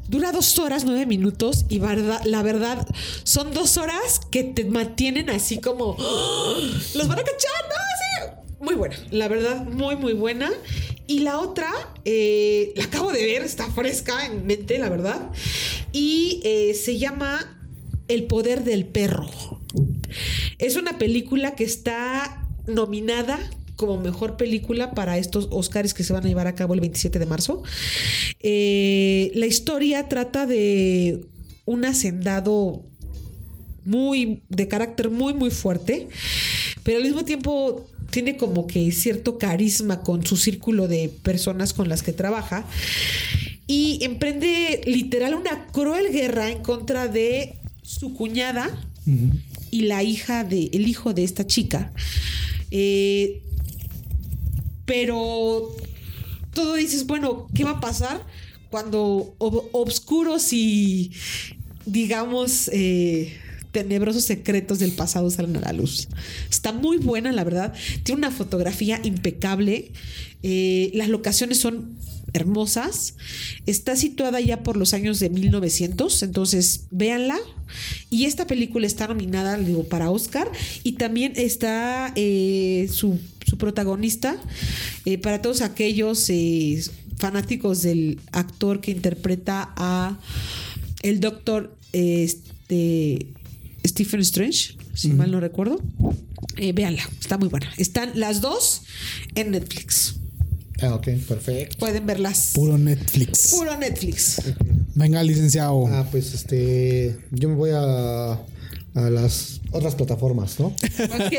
dura dos horas, nueve minutos. Y verdad- la verdad, son dos horas que te mantienen así como. ¡Ah! ¡Los van a cachar! ¡No! Sí! Muy buena. La verdad, muy, muy buena. Y la otra, eh, la acabo de ver, está fresca en mente, la verdad. Y eh, se llama El poder del perro. Es una película que está nominada como mejor película para estos Oscars que se van a llevar a cabo el 27 de marzo. Eh, la historia trata de un hacendado muy de carácter muy muy fuerte, pero al mismo tiempo tiene como que cierto carisma con su círculo de personas con las que trabaja y emprende literal una cruel guerra en contra de su cuñada, y la hija de el hijo de esta chica Eh, pero todo dices bueno qué va a pasar cuando ob- obscuros y digamos eh, tenebrosos secretos del pasado salen a la luz está muy buena la verdad tiene una fotografía impecable Eh, las locaciones son hermosas está situada ya por los años de 1900 entonces véanla y esta película está nominada, le digo, para Oscar. Y también está eh, su, su protagonista. eh, para todos aquellos eh, fanáticos del actor que interpreta a el doctor eh, este, Stephen Strange, si mal no recuerdo. Eh, véanla, está muy buena. Están las dos en Netflix. ah, ok, perfecto. Pueden verlas. Puro Netflix. Puro Netflix. Venga, licenciado. Ah, pues este. Yo me voy a, a las otras plataformas, ¿no? Ok.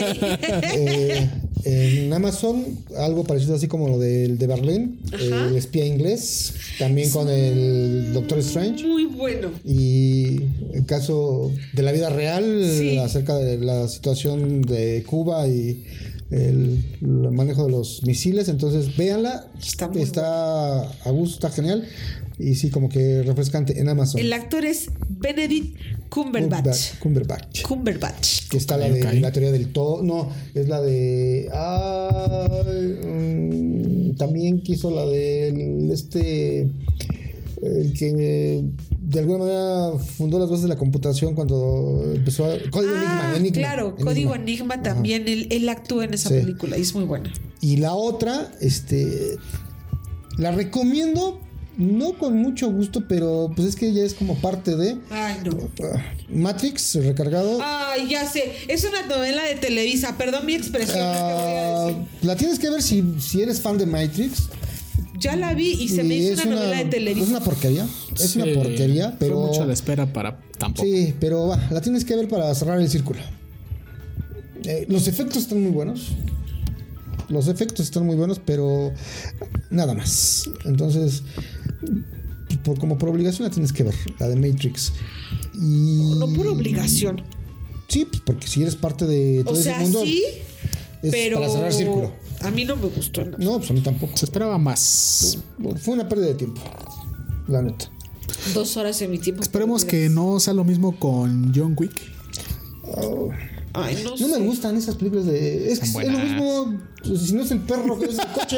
Eh, en Amazon, algo parecido así como lo del de Berlín, Ajá. el espía inglés, también con el Doctor Strange. Muy bueno. Y el caso de la vida real, Sí. acerca de la situación de Cuba y el, el manejo de los misiles. Entonces, véanla. Está Está, muy a gusto, está genial. Y sí, como que refrescante en Amazon. El actor es Benedict Cumberbatch. Cumberbatch. Cumberbatch. Que está la de Ok. la teoría del todo. No, es la de. ay, mm, también quiso la de este. El que eh, de alguna manera fundó las bases de la computación cuando empezó a. Código Ah, Enigma, Enigma, claro, Enigma. Código Enigma también. Él, él actúa en esa Sí. película y es muy buena. Y la otra, este. La recomiendo, no con mucho gusto, pero pues es que ya es como parte de. Ay, no. ah, Matrix recargado. Ay, ya sé. Es una novela de Televisa. Perdón mi expresión. lo que voy a Ah, decir. la tienes que ver si, si eres fan de Matrix. Ya la vi y se me Y hizo es una, novela de Televisa. Es una porquería. Es una Sí, porquería, pero. Fue mucho la espera para tampoco. Sí, pero va, la tienes que ver para cerrar el círculo. Eh, los efectos están muy buenos. Los efectos están muy buenos, pero nada más. Entonces, por, como por obligación la tienes que ver, la de Matrix. Y, No por obligación. Sí, pues, porque si eres parte de todo O ese sea, mundo, sí, es pero. para cerrar el círculo. A mí no me gustó. no. No, pues a mí tampoco. Se esperaba más. Fue una pérdida de tiempo, la neta. Dos horas de mi tiempo. Esperemos que no sea lo mismo con John Wick. Oh. Ay, no, No me sé. gustan esas películas de. Es, que Son es lo buenas. mismo, pues, si no es el perro, que es el coche.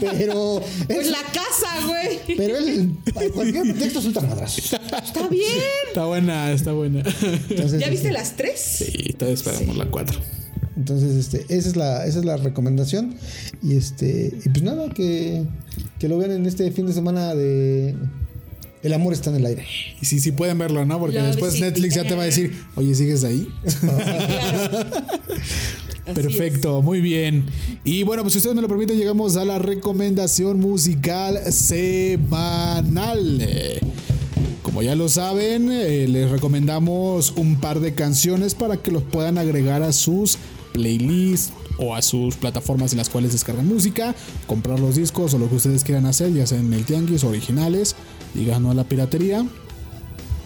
pero. Pues es- la casa, güey. Pero él, a cualquier pretexto suelta madrazos. Está bien. Está buena, está buena. Entonces, ¿Ya viste este, las tres? Sí, todavía esperamos la 4. Entonces, este, esa es la, esa es la recomendación. Y este, y pues nada, que, que lo vean en este fin de semana de El amor está en el aire. Y sí, sí pueden verlo, ¿no? Porque Love después is Netflix ya te va a decir, oye, ¿sigues ahí? Así Perfecto, muy bien. Y bueno, pues si ustedes me lo permiten, llegamos a la recomendación musical semanal. Eh, Como ya lo saben, eh, les recomendamos un par de canciones para que los puedan agregar a sus playlists o a sus plataformas en las cuales descargan música, comprar los discos o lo que ustedes quieran hacer, ya sea en el tianguis originales, digan no a la piratería,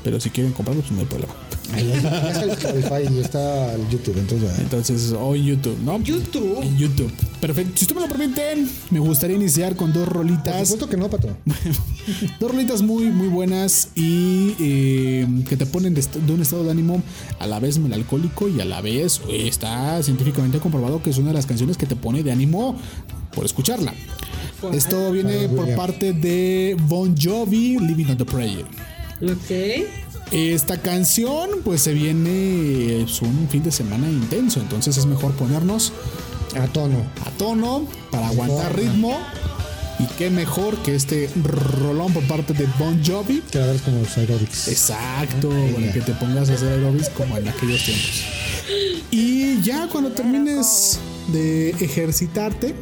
pero si quieren comprarlos, pues no hay problema. Ya está el Spotify y está el YouTube, entonces. ya. Entonces, hoy YouTube, ¿no? es. YouTube. En YouTube. Perfecto. Si ustedes me lo permiten, me gustaría iniciar con dos Por rolitas. supuesto que no, pato. Dos rolitas muy, muy buenas y eh, que te ponen de, est- de un estado de ánimo a la vez melancólico y a la vez eh, está científicamente comprobado que es una de las canciones que te pone de ánimo por escucharla. Esto viene por Aleluya. parte de Bon Jovi, Living on the Prayer. Ok. Esta canción pues se viene es un fin de semana intenso, entonces es mejor ponernos A tono. a tono para aguantar forma. ritmo. Y qué mejor que este rolón por parte de Bon Jovi. Que la verdad es como los aeróbics. Exacto, bueno, que te pongas a hacer aerobics como en aquellos tiempos. Y ya cuando termines de ejercitarte,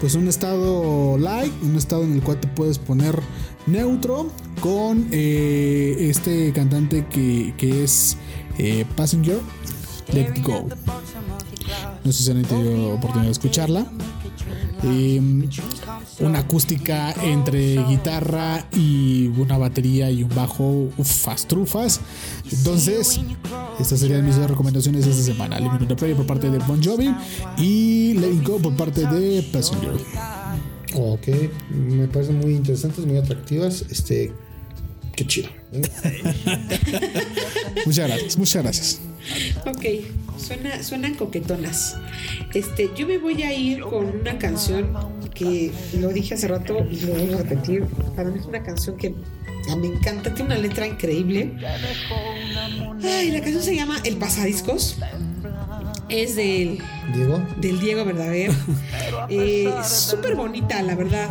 pues un estado light, un estado en el cual te puedes poner neutro con eh, este cantante que, que es eh, Passenger, Let It Go. No sé si han tenido oportunidad de escucharla. Eh, una acústica entre guitarra y una batería y un bajo ufas trufas. Entonces, estas serían mis dos recomendaciones esta semana. Living on the Prairie por parte de Bon Jovi y Let It Go por parte de Passenger. Ok, me parecen muy interesantes, muy atractivas. Este, qué chido. ¿eh? Muchas gracias, muchas gracias. Ok, suena, suenan coquetonas. Este, yo me voy a ir con una canción que lo dije hace rato y lo voy a repetir. Para mí es una canción que me encanta, tiene una letra increíble. Ay, la canción se llama El Pasadiscos. Es del, Diego, del Diego Verdader. Eh, es Súper bonita, la verdad.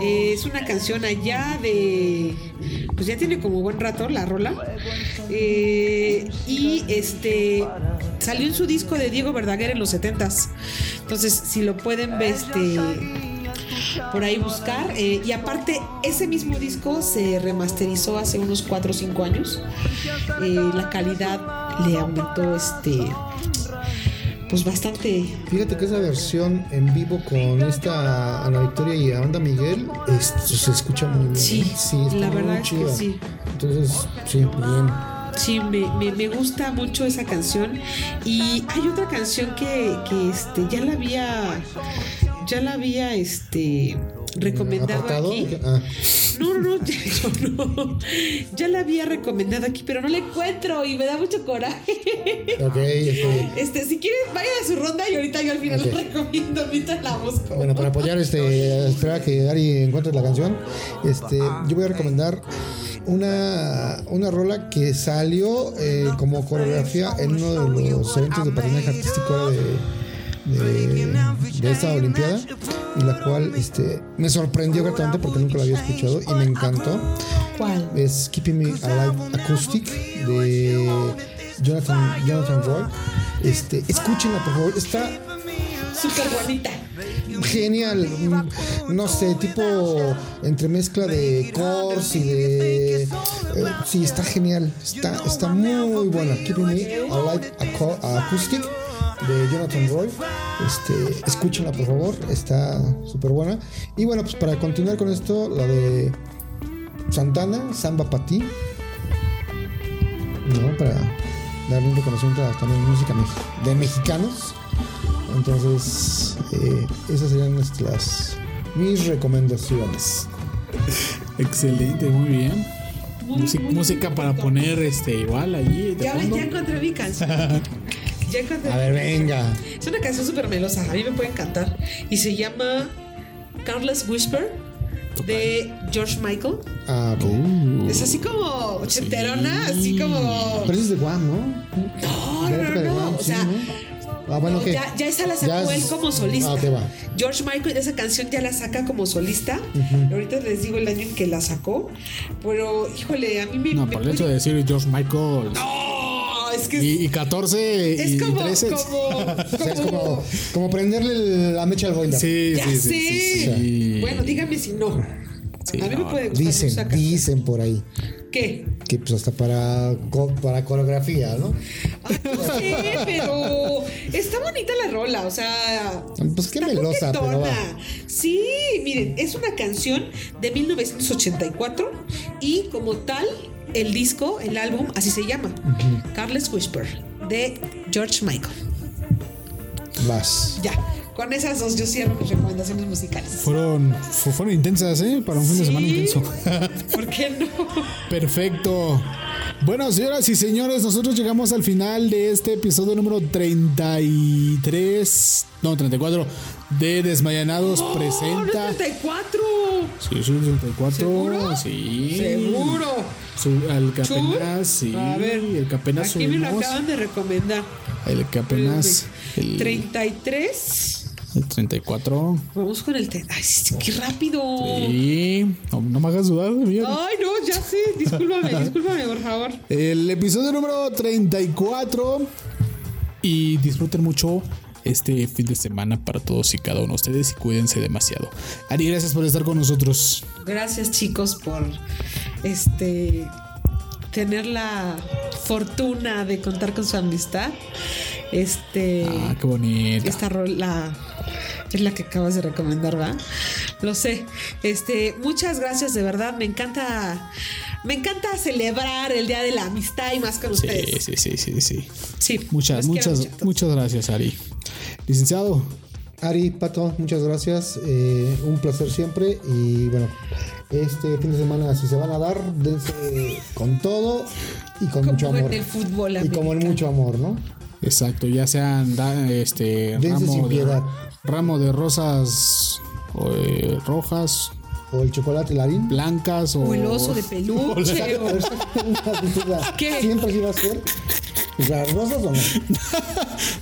Eh, es una canción allá de. Pues ya tiene como buen rato la rola. Eh, y este. Salió en su disco de Diego Verdaguer en los 70s. Entonces, si lo pueden ver, este. Por ahí buscar. Eh, y aparte, ese mismo disco se remasterizó hace unos 4 o 5 años. Eh, la calidad le aumentó este. Pues bastante. fíjate que esa versión en vivo con esta Ana Victoria y Amanda Miguel es- se escucha muy bien. Sí, ¿eh? está la muy verdad es que chida. sí. Entonces, sí, bien. Sí, me, me- me gusta mucho esa canción. Y hay otra canción que, que, este, ya la había. Ya la había este, recomendado ¿Apartado? aquí. Ah, No, no, no, ya, yo no. Ya la había recomendado aquí, pero no la encuentro y me da mucho coraje. ok, ok. Este, si quieren, vayan a su ronda y ahorita yo al final Ok. la recomiendo mientras la busco. Bueno, para apoyar, este, espera que Ari encuentre la canción. Este, yo voy a recomendar una, una rola que salió eh, como coreografía en uno de los eventos de patinaje artístico ahora de, de, de esta Olimpiada. Y la cual este, me sorprendió gratamente porque nunca la había escuchado y me encantó. ¿Cuál? Es Keeping Me Alive Acoustic de Jonathan, Jonathan Roy. Este, escúchenla, por favor. Está Súper bonita. genial, mm, no sé, tipo entremezcla de cores y de... eh, sí, está genial, está, está muy buena. Keeping Me Alive Aco- Acoustic de Jonathan Roy. Este, escúchenla por favor, está súper buena. Y bueno, pues para continuar con esto, la de Santana, Samba Pati. ¿No? Para darle un reconocimiento a también música mexi- de mexicanos. Entonces, eh, esas serían nuestras mis recomendaciones. Excelente, muy bien. Muy, Música- muy música para bonito. poner este igual allí. de Ya, fondo. ya encontré mi canción. Ya encontré. A ver, venga. Es una canción súper melosa. A mí me pueden cantar. Y se llama Careless Whisper de George Michael. Ah, ok. Uh, Es así como ochenterona, así como. Oh, Pero ese es de Guam, ¿no? No, De la Ah, no, época de no. Guam, O sí, sea, ¿no? Ah, bueno, ¿qué? ya, ya esa la Ya sacó es- él como solista. Ah, ok, va. George Michael, esa canción ya la saca como solista. Ahorita les digo el año en que la sacó. Pero, híjole, a mí me. no, me por el hecho de decir George Michael. ¡No! Es que es- Y, y 14 es, y como. 13. como, O sea, es como- como, como prenderle la mecha al boiler. Sí, Ya sí, sé. sí, sí, sí. Bueno, dígame si no. Sí, a mí me no, puede gustar esa Dicen, canción. dicen por ahí. ¿Qué? Que pues hasta para, co- para coreografía, ¿no? Ay, no sé, pero está bonita la rola, o sea. Pues qué está melosa, pero va. coquetona. Sí, miren, es una canción de 1984 y como tal, el disco, el álbum, así se llama: Carles Whisper, de George Michael. Vas. Ya, con esas dos yo cierro mis recomendaciones musicales. Fueron, fu- fueron intensas, ¿eh? Para un fin de semana Sí. intenso. ¿Por qué no? Perfecto. Bueno, señoras y señores, nosotros llegamos al final de este episodio número 33, no, 34 de Desmayanados ¡Oh, no presenta. es 34! Sí, es un 34. ¿Seguro? Sí. ¡Seguro! Su- al que ¿Chur? apenas, sí. A ver, el que apenas Aquí me lo subimos, acaban de recomendar. El que apenas. El, 33. el 34. Vamos con el. tre- Ay, sí, qué rápido. Y. No, no me hagas dudar, amigo. Ay, no, ya sé. Discúlpame, discúlpame, por favor. El episodio número 34. Y disfruten mucho este fin de semana para todos y cada uno de ustedes y cuídense demasiado. Ari, gracias por estar con nosotros. Gracias, chicos, por este tener la fortuna de contar con su amistad. Este. Ah, qué bonito. Esta rola es la que acabas de recomendar, ¿va? Lo sé. Este, muchas gracias, de verdad. Me encanta, me encanta celebrar el Día de la Amistad y más con Sí, ustedes. sí, sí, sí, sí. Sí. Muchas, los quiero muchas, mucho. muchas gracias, Ari. Licenciado, Ari, Pato, muchas gracias. eh, un placer siempre. Y bueno, este fin de semana, si se van a dar, dense con todo y con mucho Como amor. en el fútbol y como en americano. mucho amor, ¿no? exacto, ya sean da- este Dense sin ramo de, piedad. ramo de rosas eh, rojas, O el chocolate larín. blancas o, O el oso de peluche. o- ¿Qué? Siempre iba a ser. Pues, ¿Las rosas o no?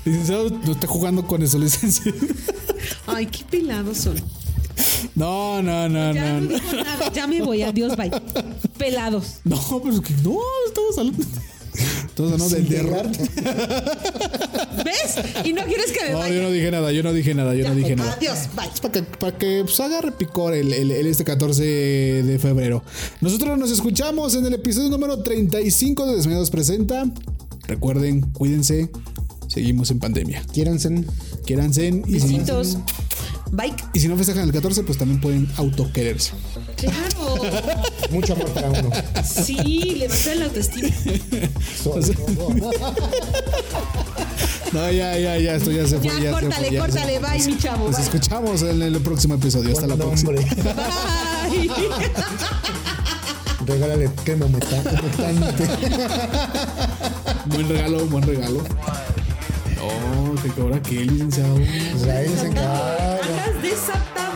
Licenciado, "Oh, no está jugando con eso, licenciado. Ay, qué pelados son. No, no, no, Ya no. no no. digo nada. Ya me voy. Adiós, bye. Pelados. No, pues que no, estamos hablando. Entonces, no, del Sin de llegar. ¿Ves? Y no quieres que me No, vaya. yo no dije nada, yo no dije nada, yo no dije nada. Adiós, bye. Para que, para que pues, agarre picor el, el- el este 14 de febrero. Nosotros nos escuchamos en el episodio número 35 de Desmedidos Presenta. Recuerden, cuídense. Seguimos en pandemia. Quiéranse. Quédense y si, Besitos. Bye. y si no festejan el 14, pues también pueden autoquererse. Claro. Mucho amor para uno. Sí, levantar la autoestima. Sobre todo. No, ya, ya, ya, esto ya se fue. Ya, se córtale, fue, ya se córtale, fue. bye, mi chavo, Nos bye. escuchamos en el próximo episodio. Hasta la Buen próxima. nombre. Bye. Regálale crema humecta- humectante. Buen regalo, buen regalo. No, te cobra qué, licenciado. Israel se encarga. Andas desatado.